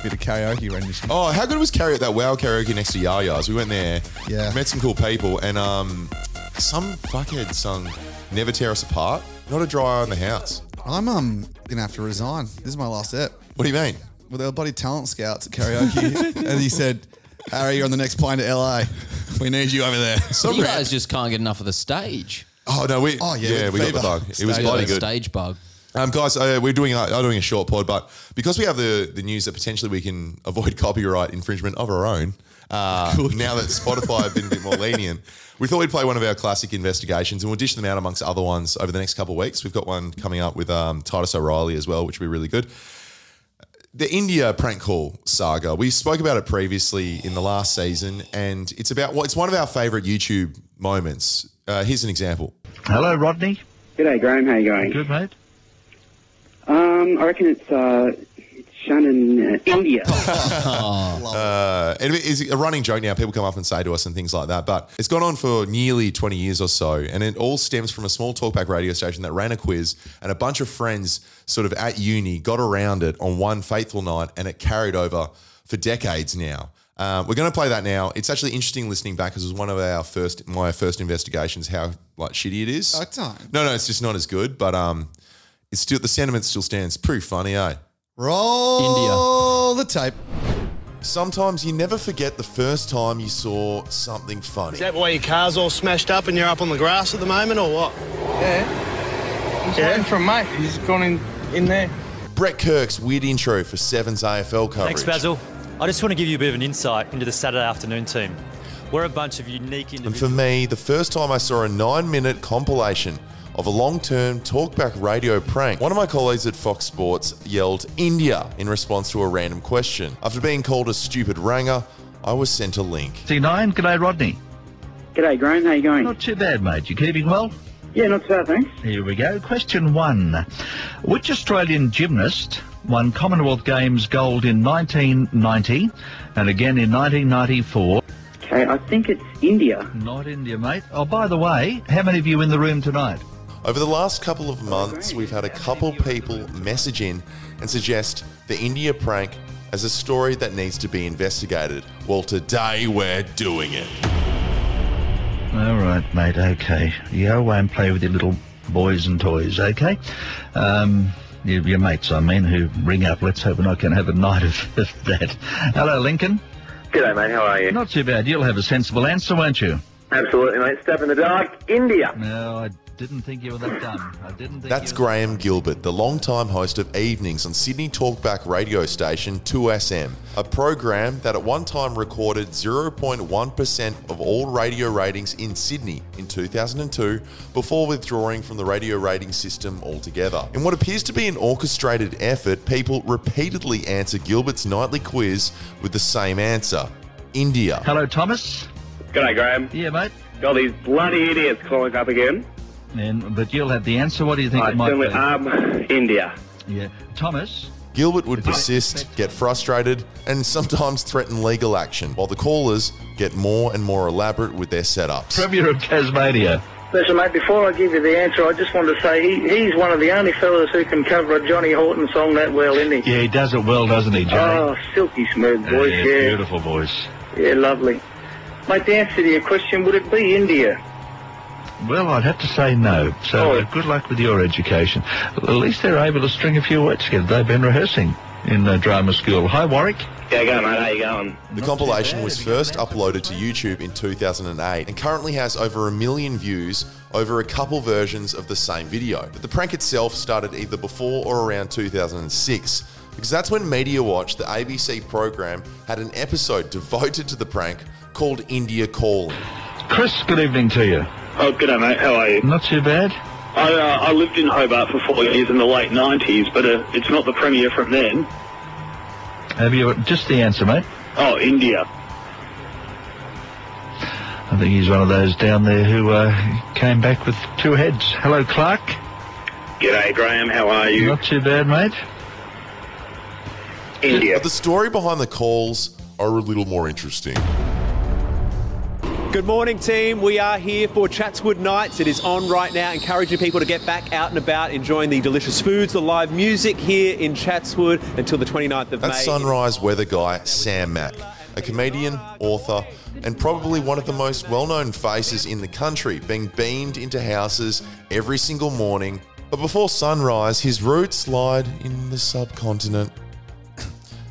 Speaker 5: bit of karaoke rendition.
Speaker 1: Oh, how good was karaoke? That wow karaoke next to Yaya's. We went there.
Speaker 5: Yeah.
Speaker 1: Met some cool people, and um, some fuckhead sung "Never Tear Us Apart." Not a dry eye on the house.
Speaker 3: Oh,
Speaker 5: I'm um gonna have to resign. This is my last step.
Speaker 1: What do you mean?
Speaker 5: Well, there were bloody talent scouts at karaoke, and he said, "Harry, you're on the next plane to LA. We need you over there."
Speaker 1: Some
Speaker 6: You
Speaker 1: rant-
Speaker 6: guys just can't get enough of the stage.
Speaker 1: Oh no, we.
Speaker 5: Oh, yeah, with
Speaker 1: we got the
Speaker 5: the fever.
Speaker 1: bug. It was
Speaker 5: Stay
Speaker 1: bloody
Speaker 6: Got a
Speaker 1: good.
Speaker 6: Stage bug.
Speaker 1: Um, guys, uh, we're doing uh, I'm doing a short pod, but because we have the, the news that potentially we can avoid copyright infringement of our own, uh, now that Spotify have been a bit more lenient, we thought we'd play one of our classic investigations and we'll dish them out amongst other ones over the next couple of weeks. We've got one coming up with um, Titus O'Reilly as well, which will be really good. The India prank call saga. We spoke about it previously in the last season, and it's about well, it's one of our favorite YouTube moments. Uh, here's an example.
Speaker 11: Hello, Rodney.
Speaker 12: G'day, Graham. How you going?
Speaker 11: Good, mate.
Speaker 12: Um, I reckon it's uh, Shannon, uh, India.
Speaker 1: Uh, and it is a running joke now. People come up and say to us and things like that. But it's gone on for nearly 20 years or so. And it all stems from a small talkback radio station that ran a quiz. And a bunch of friends, sort of at uni, got around it on one fateful night. And it carried over for decades now. Uh, we're going to play that now. It's actually interesting listening back because it was one of our first, my first investigations, how like shitty it is.
Speaker 5: Oh, time.
Speaker 1: No, no, it's just not as good. But um, it's still the sentiment still stands. Pretty funny, eh?
Speaker 5: Roll the tape.
Speaker 1: Sometimes you never forget the first time you saw something funny.
Speaker 11: Is that why your car's all smashed up and you're up on the grass at the moment, or what? Yeah. yeah. from mate. He's gone in, in there.
Speaker 1: Brett Kirk's weird intro for Seven's AFL coverage.
Speaker 11: Thanks, Basil. I just want to give you a bit of an insight into the Saturday afternoon team. We're a bunch of unique
Speaker 1: And for
Speaker 11: individuals.
Speaker 1: me, the first time I saw a nine minute compilation of a long term talkback radio prank, one of my colleagues at Fox Sports yelled India in response to a random question. After being called a stupid ranger, I was sent a link.
Speaker 11: C9, g'day Rodney.
Speaker 12: G'day, Graham. How you going?
Speaker 11: Not too bad, mate. You keeping well?
Speaker 12: yeah, not so bad, thanks.
Speaker 11: Here we go. Question one. Which Australian gymnast won Commonwealth Games gold in 1990 and again in 1994?
Speaker 12: Okay, I think it's India.
Speaker 11: Not India, mate. Oh, by the way, how many of you in the room tonight?
Speaker 1: Over the last couple of months, we've had a couple people message in and suggest the India prank as a story that needs to be investigated. Well, today we're doing it.
Speaker 11: All right, mate. Okay. You go away and play with your little boys and toys, okay? Um, your, your mates, I mean, who ring up. Let's hope I can have a night of, of that. Hello, Lincoln.
Speaker 12: G'day, mate. How are you?
Speaker 11: Not too bad. You'll have a sensible answer, won't you?
Speaker 12: Absolutely, mate. Step in the dark, India.
Speaker 11: No, I didn't think you were that dumb. I didn't think
Speaker 1: That's
Speaker 11: you
Speaker 1: Graham Gilbert, the long-time host of Evenings on Sydney Talkback radio station 2SM, a program that at one time recorded 0.1% of all radio ratings in Sydney in 2002 before withdrawing from the radio rating system altogether. In what appears to be an orchestrated effort, people repeatedly answer Gilbert's nightly quiz with the same answer India.
Speaker 11: Hello, Thomas.
Speaker 12: G'day, Graham.
Speaker 11: Yeah, mate.
Speaker 12: Got these bloody idiots calling up again.
Speaker 11: And, but you'll have the answer. What do you think
Speaker 12: I
Speaker 11: it might
Speaker 12: certainly
Speaker 11: be?
Speaker 12: um, India.
Speaker 11: yeah, Thomas.
Speaker 1: Gilbert would persist, get frustrated, and sometimes threaten legal action, while the callers get more and more elaborate with their setups.
Speaker 11: Premier of Tasmania.
Speaker 12: Listen, mate, before I give you the answer, I just wanted to say he, he's one of the only fellas who can cover a Johnny Horton song that well, isn't he?
Speaker 11: Yeah, he does it well, doesn't he, Johnny?
Speaker 12: Oh, silky smooth voice,
Speaker 11: yeah,
Speaker 12: yeah.
Speaker 11: Beautiful voice.
Speaker 12: Yeah, lovely. Mate, the answer to your question, would it be India?
Speaker 11: Well, I'd have to say no. So
Speaker 12: Oh.
Speaker 11: uh, good luck with your education. At least they're able to string a few words together. They've been rehearsing in uh, drama school. Hi, Warwick.
Speaker 12: Yeah, go, mate. How you going?
Speaker 1: The compilation was first uploaded to YouTube in 2008 and currently has over a million views over a couple versions of the same video. But the prank itself started either before or around 2006 because that's when Media Watch, the ABC program, had an episode devoted to the prank called India Calling.
Speaker 11: Chris, good evening to you.
Speaker 12: Oh, good day, mate. How are you?
Speaker 11: Not too bad.
Speaker 12: I, uh, I lived in Hobart for four years in the late 90s, but uh, it's not the premiere from then.
Speaker 11: Have you just the answer, mate?
Speaker 12: Oh, India.
Speaker 11: I think he's one of those down there who uh, came back with two heads. Hello, Clark.
Speaker 12: G'day, Graham. How are you?
Speaker 11: Not too bad, mate.
Speaker 12: India.
Speaker 1: But the story behind the calls are a little more interesting.
Speaker 6: Good morning, team. We are here for Chatswood Nights. It is on right now, encouraging people to get back out and about, enjoying the delicious foods, the live music here in Chatswood until the 29th of
Speaker 1: That's
Speaker 6: May.
Speaker 1: Sunrise weather guy Sam Mack, a comedian, author, and probably one of the most well known faces in the country, being beamed into houses every single morning. But before sunrise, his roots lied in the subcontinent.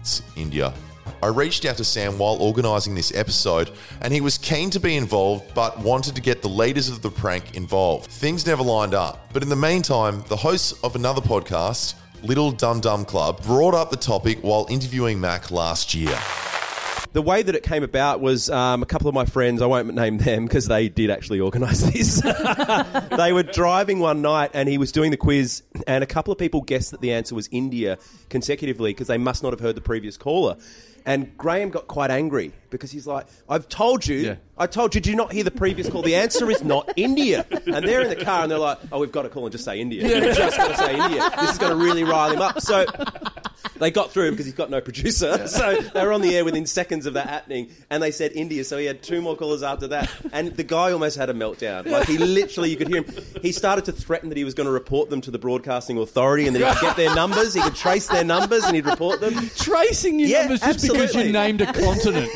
Speaker 1: it's India. I reached out to Sam while organising this episode, and he was keen to be involved but wanted to get the leaders of the prank involved. Things never lined up, but in the meantime, the hosts of another podcast, Little Dum Dum Club, brought up the topic while interviewing Mac last year.
Speaker 6: The way that it came about was um, a couple of my friends, I won't name them because they did actually organise this. they were driving one night and he was doing the quiz, and a couple of people guessed that the answer was India consecutively because they must not have heard the previous caller. And Graham got quite angry because he's like, I've told you, I told you, do you not hear the previous call? The answer is not India. And they're in the car and they're like, oh, we've got to call and just say India. We've just got to say India. This is going to really rile him up. So they got through because he's got no producer. So they were on the air within seconds of that happening, and they said India. So he had two more callers after that, and the guy almost had a meltdown. Like he literally, you could hear him. He started to threaten that he was going to report them to the broadcasting authority, and then he'd get their numbers. He could trace their numbers, and he'd report them.
Speaker 13: Tracing your
Speaker 6: Yeah,
Speaker 13: numbers just because
Speaker 6: absolutely.
Speaker 13: you named a continent.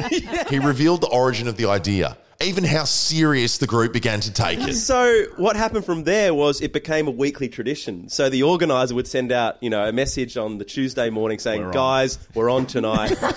Speaker 1: He revealed the origin of the idea, even how serious the group began to take it.
Speaker 6: So what happened from there was it became a weekly tradition. So the organizer would send out, you know, a message on the Tuesday morning saying,
Speaker 14: We're on.
Speaker 6: "Guys, we're on tonight. Uh,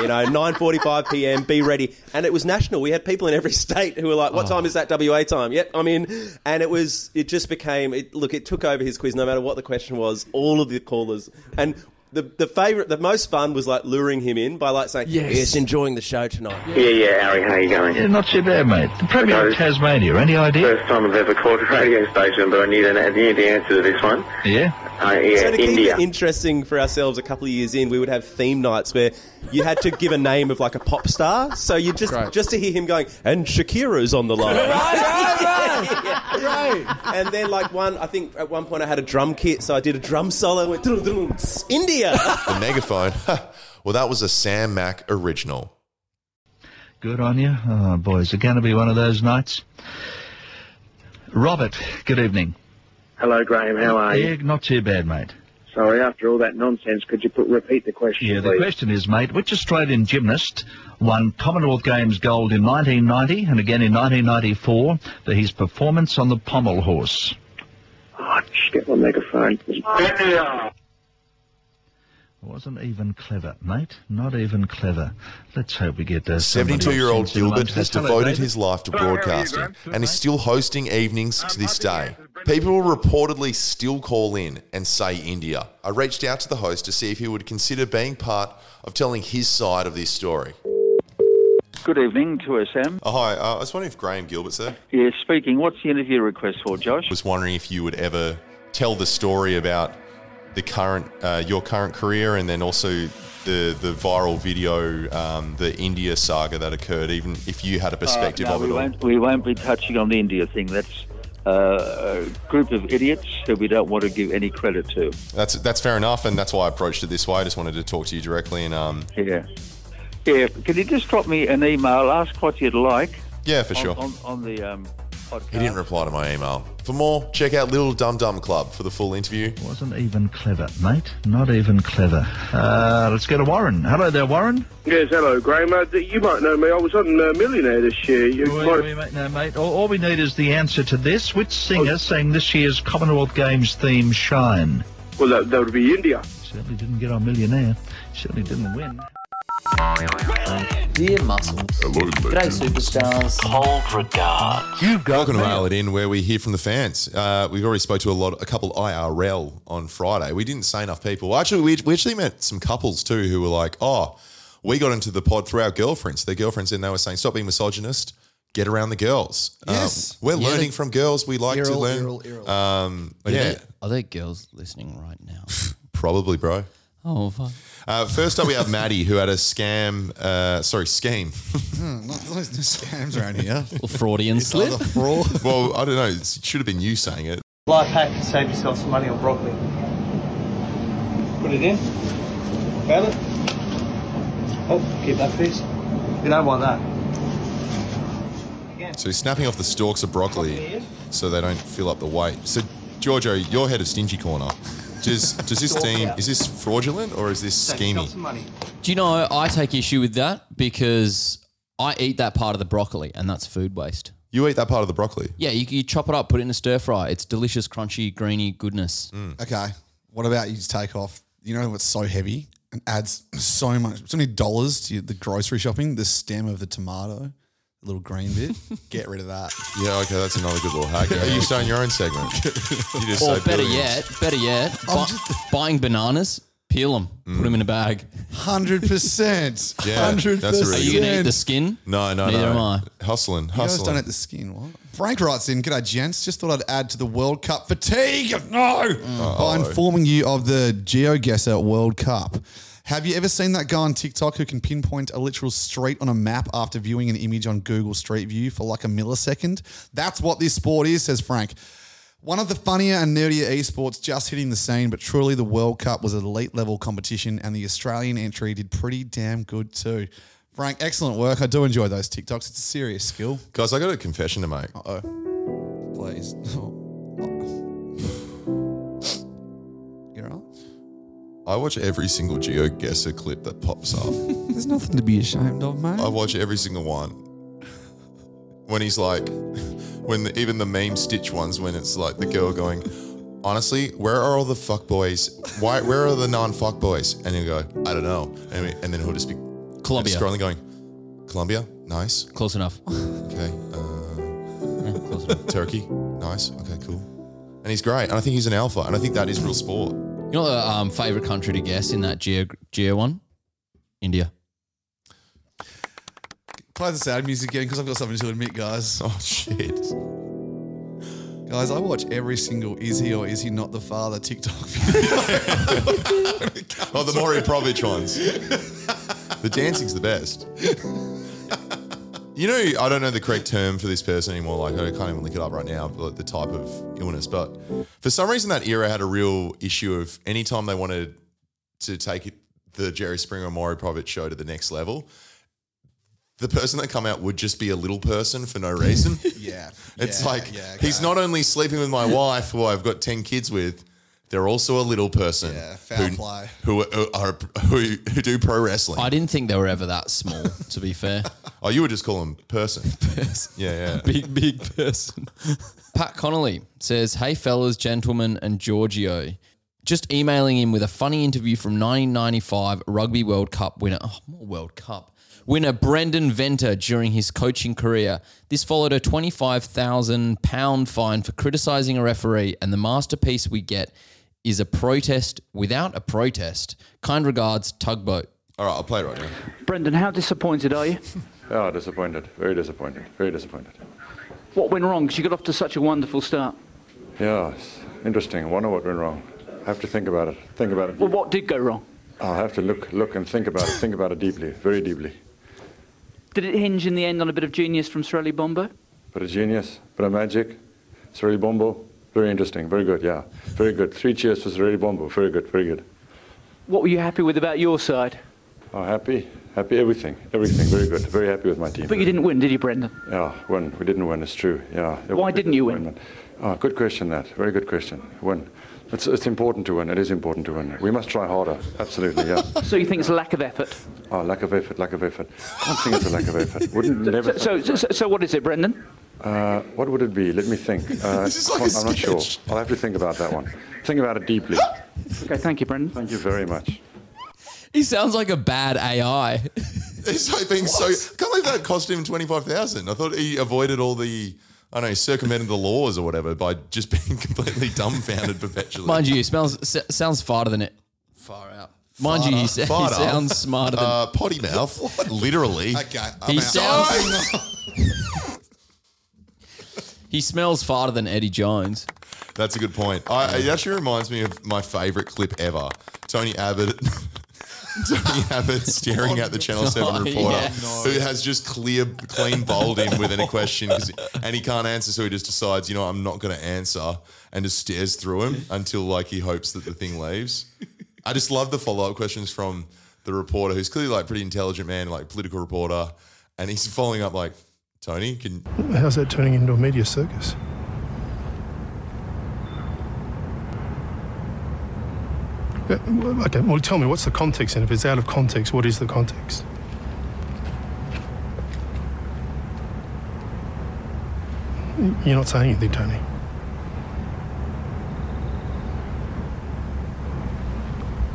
Speaker 6: you know, 9:45 p.m. Be ready." And it was national. We had people in every state who were like, "What
Speaker 14: Oh.
Speaker 6: time is that WA time?" Yep, I'm in. And it was it just became it look, it took over his quiz no matter what the question was. All of the callers and the, the favorite, the most fun was like luring him in by like saying,
Speaker 12: Yes.
Speaker 6: yes enjoying the show tonight."
Speaker 12: Yeah, yeah, Harry, how you going?
Speaker 11: Yeah, not too bad, mate. The Premier of Tasmania, any idea?
Speaker 12: First time I've ever called a radio station, but I knew, the- I knew the answer to this one.
Speaker 11: Yeah.
Speaker 12: Uh, yeah,
Speaker 6: so to
Speaker 12: India.
Speaker 6: keep it interesting for ourselves, a couple of years in, we would have theme nights where you had to give a name of like a pop star. So you just just to hear him going, and Shakira's on the line. and then like one, I think at one point I had a drum kit, so I did a drum solo. Went "Dun, dun, dun, tss, India.
Speaker 1: The megaphone, well, that was a Sam Mack original.
Speaker 11: Good on you. Oh, boy, is it going to be one of those nights? Robert, good evening.
Speaker 15: Hello, Graham. How are
Speaker 11: yeah,
Speaker 15: you?
Speaker 11: not too bad, mate.
Speaker 15: Sorry, after all that nonsense, could you put, repeat the question,
Speaker 11: Yeah, the
Speaker 15: please?
Speaker 11: question is, mate, which Australian gymnast won Commonwealth Games gold in 1990 and again in 1994 for his performance on the pommel horse?
Speaker 15: Oh, shh, get my megaphone.
Speaker 11: Wasn't even clever, mate. Not even clever. Let's hope we get uh, somebody
Speaker 1: 72 year old
Speaker 11: else in
Speaker 1: Gilbert
Speaker 11: amongst
Speaker 1: has
Speaker 11: us. Hello,
Speaker 1: devoted
Speaker 11: David.
Speaker 1: his life to broadcasting and is still hosting evenings to this day. People will reportedly still call in and say India. I reached out to the host to see if he would consider being part of telling his side of this story.
Speaker 5: Good evening to SM.
Speaker 1: Oh, hi, uh, I was wondering if Graham Gilbert's there.
Speaker 5: Yeah, speaking. What's the interview request for, Josh?
Speaker 1: was wondering if you would ever tell the story about the current, uh, your current career, and then also the the viral video, um, the India saga that occurred. Even if you had a perspective
Speaker 5: Uh, no,
Speaker 1: of it
Speaker 5: we
Speaker 1: all.
Speaker 5: Won't, we won't be touching on the India thing. That's uh, a group of idiots who we don't want to give any credit to.
Speaker 1: That's that's fair enough, and that's why I approached it this way. I just wanted to talk to you directly, and um,
Speaker 5: Yeah. Yeah, can you just drop me an email? Ask what you'd like.
Speaker 1: Yeah, for
Speaker 5: on-
Speaker 1: sure.
Speaker 5: On, on the um,
Speaker 1: He didn't reply to my email. For more, check out Little Dum Dum Club for the full interview.
Speaker 11: Wasn't even clever, mate. Not even clever. Uh, let's go to Warren. Hello there, Warren.
Speaker 16: Yes, hello, Graham. Uh, th- you might know me. I was on uh, Millionaire this year. You might...
Speaker 11: No, mate. All, all we need is the answer to this. Which singer sang this year's Commonwealth Games theme, Shine?
Speaker 16: Well, that, that would be India.
Speaker 11: Certainly didn't get on Millionaire. Certainly didn't win.
Speaker 8: Dear Muscles. G'day, superstars. Cold regard.
Speaker 1: You got Welcome to Mail It In, where we hear from the fans. Uh, we've already spoke to a lot, a couple IRL on Friday. We didn't say enough people. Actually, we, we actually met some couples too who were like, "Oh, we got into the pod through our girlfriends. Their girlfriends, and they were saying, stop being misogynist, get around the girls.
Speaker 6: Yes.
Speaker 1: Um, we're
Speaker 6: Yeah,
Speaker 1: learning
Speaker 6: they-
Speaker 1: from girls. We like to
Speaker 6: Earl,
Speaker 1: learn.
Speaker 6: Earl, Earl.
Speaker 1: Um,
Speaker 6: Are
Speaker 1: yeah,
Speaker 6: there, are there girls listening right now?
Speaker 1: probably, bro."
Speaker 6: Oh, fuck.
Speaker 1: Uh, first up, we have Maddie, who had a scam, uh, sorry, scheme.
Speaker 5: Hmm, not, there's no scams around here.
Speaker 1: Fraudian
Speaker 5: slip.
Speaker 1: fraud. well, I don't know. It should have been you saying it.
Speaker 17: Life hack to save yourself some money on broccoli. Put it in. Found it. Oh, keep that piece. You don't want that.
Speaker 1: So he's snapping off the stalks of broccoli so they don't fill up the weight. So, Giorgio, you're head of Stingy Corner. Does, does this team, is this fraudulent or is this scheming?
Speaker 17: money.
Speaker 6: Do you know, I take issue with that because I eat that part of the broccoli and that's food waste.
Speaker 1: You eat that part of the broccoli?
Speaker 6: Yeah, you, you chop it up, put it in a stir fry. It's delicious, crunchy, greeny goodness.
Speaker 1: Mm.
Speaker 5: Okay. What about you just take off? You know what's so heavy and adds so much, so many dollars to your, the grocery shopping? The stem of the tomato, the little green bit. Get rid of that.
Speaker 1: Yeah, okay, that's another good little hack. Are you starting your own segment? You're just so
Speaker 6: or better
Speaker 1: brilliant.
Speaker 6: yet, better yet, bu- buying bananas, peel them,
Speaker 1: Mm.
Speaker 6: put them in a bag.
Speaker 5: Hundred percent.
Speaker 1: Yeah, that's a really
Speaker 6: Are you gonna
Speaker 1: good-
Speaker 6: eat the skin?
Speaker 1: No, no,
Speaker 6: Neither
Speaker 1: no.
Speaker 6: am I.
Speaker 1: Hustling,
Speaker 5: You guys
Speaker 1: hustling.
Speaker 5: don't eat the skin. What? Frank writes in, G'day, gents. Just thought I'd add to the World Cup fatigue. No! By informing you of the GeoGuessr World Cup. Have you ever seen that guy on TikTok who can pinpoint a literal street on a map after viewing an image on Google Street View for like a millisecond? That's what this sport is, says Frank. One of the funnier and nerdier esports just hitting the scene, but truly the World Cup was an elite level competition and the Australian entry did pretty damn good too. Frank, excellent work. I do enjoy those TikToks. It's a serious skill.
Speaker 1: Guys, I got a confession to make.
Speaker 5: Uh oh. Please. You're right.
Speaker 1: I watch every single GeoGuessr clip that pops up.
Speaker 5: There's nothing to be ashamed of, mate.
Speaker 1: I watch every single one. When he's like, when the, even the meme Stitch ones, when it's like the girl going, honestly, where are all the fuck boys? Why, where are the non fuck boys? And he'll go, I don't know. And, we- and then he'll just be
Speaker 6: Colombia.
Speaker 1: scrolling, going, Colombia, nice,
Speaker 6: close enough.
Speaker 1: Okay, uh, Turkey, nice, okay, cool. And he's great, and I think he's an alpha, and I think that is real sport.
Speaker 6: You know the um, favorite country to guess in that geo geo one? India.
Speaker 5: Play the sad music again because I've got something to admit, guys.
Speaker 1: Oh, shit.
Speaker 5: Guys, I watch every single is he or is he not the father TikTok video.
Speaker 1: Oh, the Maury Provich ones. The dancing's the best. You know, I don't know the correct term for this person anymore. Like, I can't even look it up right now, but the type of illness. But for some reason, that era had a real issue of anytime they wanted to take it, the Jerry Springer or Maury Provich show to the next level, the person that come out would just be a little person for no reason.
Speaker 5: yeah.
Speaker 1: It's
Speaker 5: yeah,
Speaker 1: like
Speaker 5: yeah,
Speaker 1: he's not only sleeping with my wife, who I've got ten kids with. They're also a little person
Speaker 5: foul
Speaker 1: who,
Speaker 5: play.
Speaker 1: who are, are who, who do pro wrestling.
Speaker 6: I didn't think they were ever that small, to be fair.
Speaker 1: Oh, you would just call him person. Yeah, yeah.
Speaker 6: big, big person. Pat Connolly says, Hey, fellas, gentlemen, and Giorgio. Just emailing him with a funny interview from 1995 Rugby World Cup winner. Oh, more World Cup. Winner Brendan Venter during his coaching career. This followed a £25,000 fine for criticising a referee, and the masterpiece we get is a protest without a protest. Kind regards, Tugboat.
Speaker 1: All right, I'll play it right now.
Speaker 18: Brendan, how disappointed are you?
Speaker 19: Oh, disappointed. Very disappointed. Very disappointed.
Speaker 18: What went wrong? Because you got off to such a wonderful start.
Speaker 19: Yeah, it's interesting. I wonder what went wrong. I have to think about it. Think about it.
Speaker 18: Well, what did go wrong?
Speaker 19: I'll have to look, look and think about it. Think about it deeply, very deeply.
Speaker 18: Did it hinge in the end on a bit of genius from Sorelli Bombo?
Speaker 19: But a genius, but a magic. Sorry, Bombo. Very interesting. Very good. Yeah. Very good. Three cheers for Sorry, Bombo. Very good. Very good.
Speaker 18: What were you happy with about your side?
Speaker 19: Oh, happy. Happy everything, everything. Very good. Very happy with my team.
Speaker 18: But you didn't win, did you, Brendan?
Speaker 19: Yeah, win. We didn't win. It's true. Yeah. It-
Speaker 18: Why didn't you win?
Speaker 19: Oh, good question. That very good question. Win. It's, it's important to win. It is important to win. We must try harder. Absolutely. Yeah.
Speaker 18: So you think it's lack of effort?
Speaker 19: oh, lack of effort. Lack of effort. I don't think it's a lack of effort. Wouldn't never.
Speaker 18: So, so, so, so what is it, Brendan?
Speaker 19: Uh, what would it be? Let me think. Uh,
Speaker 18: This is like a
Speaker 19: I'm not sure. I'll have to think about that one. Think about it deeply.
Speaker 18: Okay, thank you, Brendan.
Speaker 19: Thank you very much.
Speaker 6: He sounds like a bad AI.
Speaker 1: He's like being so. I can't believe that cost him twenty five thousand. I thought he avoided all the. I don't know, circumvented the laws or whatever by just being completely dumbfounded perpetually.
Speaker 6: Mind you, he smells s- sounds farter than it. Far out. Mind you, he, s- he
Speaker 1: Farter.
Speaker 6: sounds smarter than
Speaker 1: uh, potty mouth. Literally. Oh, Okay,
Speaker 6: He sounds. he smells farter than Eddie Jones.
Speaker 1: That's a good point. I, it actually reminds me of my favorite clip ever. Tony Abbott. Tony Abbott staring at the Channel 7
Speaker 6: Oh,
Speaker 1: reporter
Speaker 6: yeah.
Speaker 1: who has just clear, clean bowled him within a question 'cause- and he can't answer. So he just decides, you know, I'm not going to answer and just stares through him until like he hopes that the thing leaves. I just love the follow up questions from the reporter who's clearly like pretty intelligent man, like political reporter. And he's following up like, Tony, can
Speaker 13: How's that turning into a media circus? Uh, well, Okay, well, tell me, what's the context? And if it's out of context, what is the context? You're not saying anything, Tony.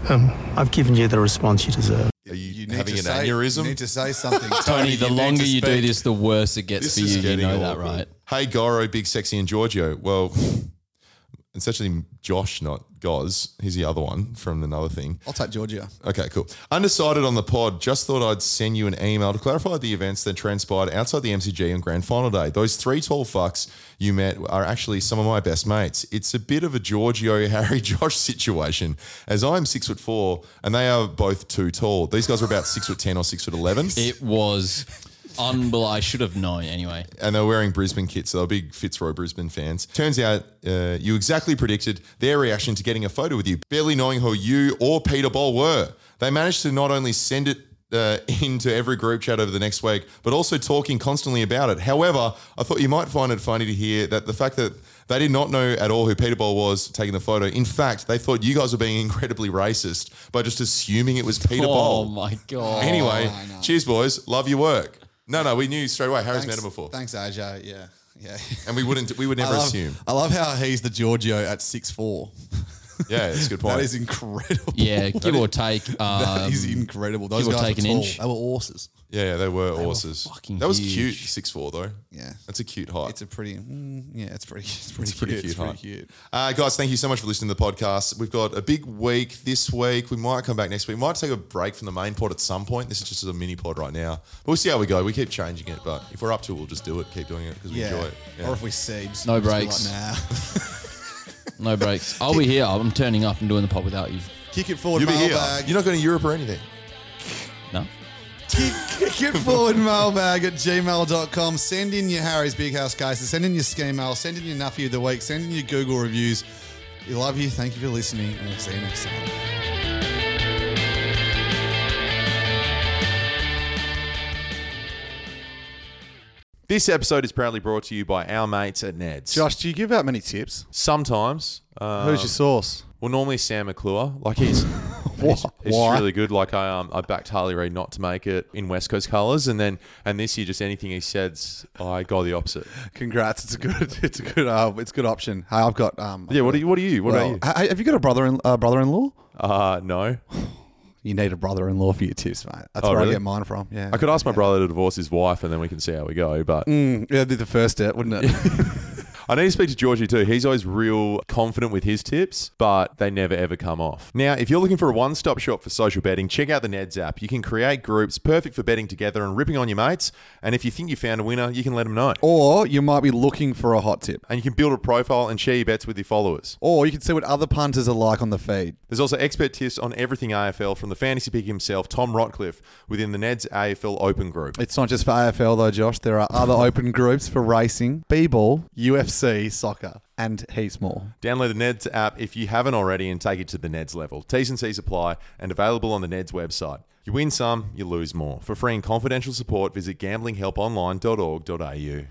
Speaker 13: Um, I've given you the response you deserve.
Speaker 1: are you,
Speaker 5: need
Speaker 1: having
Speaker 5: to
Speaker 1: an
Speaker 5: say-
Speaker 1: aneurysm?
Speaker 5: You need to say something, Tony.
Speaker 6: Tony, the
Speaker 5: need
Speaker 6: longer
Speaker 5: to
Speaker 6: you do
Speaker 5: speak.
Speaker 6: this, the worse it gets
Speaker 1: This
Speaker 6: for
Speaker 1: is
Speaker 6: you. You
Speaker 1: getting
Speaker 6: know that,
Speaker 1: awkward.
Speaker 6: right?
Speaker 1: Hey, Goro, Big Sexy, and Giorgio. Well, it's actually Josh, not Goz. He's the other one from another thing.
Speaker 5: I'll take Georgia.
Speaker 1: Okay, cool. Undecided on the pod. Just thought I'd send you an email to clarify the events that transpired outside the MCG on grand final day. Those three tall fucks you met are actually some of my best mates. It's a bit of a Giorgio Harry Josh situation, as I'm six foot four and they are both too tall. These guys are about six foot ten or six foot eleven.
Speaker 6: It was unbelievable. I should have known anyway.
Speaker 1: and they were wearing Brisbane kits. So they're big Fitzroy Brisbane fans. Turns out uh, you exactly predicted their reaction to getting a photo with you, barely knowing who you or Peter Ball were. They managed to not only send it uh, into every group chat over the next week, but also talking constantly about it. However, I thought you might find it funny to hear that the fact that they did not know at all who Peter Ball was taking the photo. In fact, they thought you guys were being incredibly racist by just assuming it was Peter
Speaker 6: oh
Speaker 1: Ball.
Speaker 6: my god.
Speaker 1: Anyway, cheers, boys. Love your work. No, no, we knew straight away. Harry's met
Speaker 5: Thanks-
Speaker 1: him before,
Speaker 5: Thanks, AJ. Yeah, yeah.
Speaker 1: and we wouldn't. We would never
Speaker 5: I love,
Speaker 1: assume.
Speaker 5: I love how he's the Giorgio at six four.
Speaker 1: Yeah, that's a good point.
Speaker 5: That is incredible.
Speaker 6: Yeah,
Speaker 5: That
Speaker 6: give
Speaker 5: is-
Speaker 6: or take. Um,
Speaker 5: that is incredible. Those
Speaker 6: give or
Speaker 5: guys
Speaker 6: take
Speaker 5: were
Speaker 6: an
Speaker 5: tall.
Speaker 6: inch.
Speaker 5: They were horses.
Speaker 1: Yeah, they were
Speaker 5: were
Speaker 1: horses.
Speaker 5: fucking
Speaker 1: that was
Speaker 5: huge.
Speaker 1: cute. Six four though.
Speaker 5: Yeah.
Speaker 1: that's a cute height.
Speaker 5: It's a pretty. Mm, yeah, it's pretty. It's pretty,
Speaker 1: It's pretty cute.
Speaker 5: cute. It's pretty
Speaker 1: height.
Speaker 5: cute.
Speaker 1: Uh, guys, thank you so much for listening to the podcast. We've got a big week this week. We might come back next week. We might take a break from the main pod at some point. This is just a mini pod right now. But we'll see how we go. We keep changing it, but if we're up to it, we'll just do it. Keep doing it because we
Speaker 5: Yeah.
Speaker 1: enjoy it. Yeah.
Speaker 5: Or if we seeds.
Speaker 6: No
Speaker 5: we'll just be
Speaker 6: breaks.
Speaker 5: Like, nah.
Speaker 6: no breaks. I'll be here. I'm turning up and doing the pod without you.
Speaker 5: Kick it forward,
Speaker 1: You'll be here.
Speaker 5: mailbag.
Speaker 1: You're not going to Europe or anything.
Speaker 6: No.
Speaker 5: Kick it forward mailbag at gmail.com. Send in your Harry's Big House cases. Send in your ski mail. Send in your Nuffy of the Week. Send in your Google reviews. We love you. Thank you for listening. And we'll see you next time.
Speaker 1: This episode is proudly brought to you by our mates at Ned's.
Speaker 3: Josh, do you give out many tips?
Speaker 1: Sometimes. Uh,
Speaker 3: Who's your source?
Speaker 1: Well, normally Sam McClure. Like he's,
Speaker 3: What?
Speaker 1: he's, he's
Speaker 3: Why?
Speaker 1: really good. Like I, um, I backed Harley Reid not to make it in West Coast colours, and then and this year just anything he says, I go the opposite.
Speaker 3: Congrats! It's a good, it's a good, uh, it's a good option. Hey, I've got. Um,
Speaker 1: Yeah. What are you? What are you? What
Speaker 3: well,
Speaker 1: about
Speaker 3: ha- Have you got a brother in uh, brother in law?
Speaker 1: you? Uh, no.
Speaker 3: You need a brother in law for your tips, mate. That's
Speaker 1: Oh,
Speaker 3: where
Speaker 1: really?
Speaker 3: I get mine from. Yeah,
Speaker 1: I could ask my brother to divorce his wife, and then we can see how we go. But
Speaker 3: Mm, that'd be the first step, wouldn't it?
Speaker 1: I need to speak to Georgie too. He's always real confident with his tips, but they never ever come off. Now, if you're looking for a one stop shop for social betting, check out the Neds app. You can create groups perfect for betting together and ripping on your mates. And if you think you found a winner, you can let them know.
Speaker 3: or you might be looking for a hot tip.
Speaker 1: And you can build a profile and share your bets with your followers.
Speaker 3: Or you can see what other punters are like on the feed.
Speaker 1: There's also expert tips on everything AFL from the fantasy pick himself, Tom Rotcliffe, within the Neds AFL Open Group.
Speaker 3: It's not just for AFL though, Josh. There are other open groups for racing, b-ball, UFC, ABC Soccer and heaps more.
Speaker 1: Download the Neds app if you haven't already and take it to the Neds level. T's and C's apply and available on the Neds website. You win some, you lose more. For free and confidential support, visit gamblinghelponline.org.au.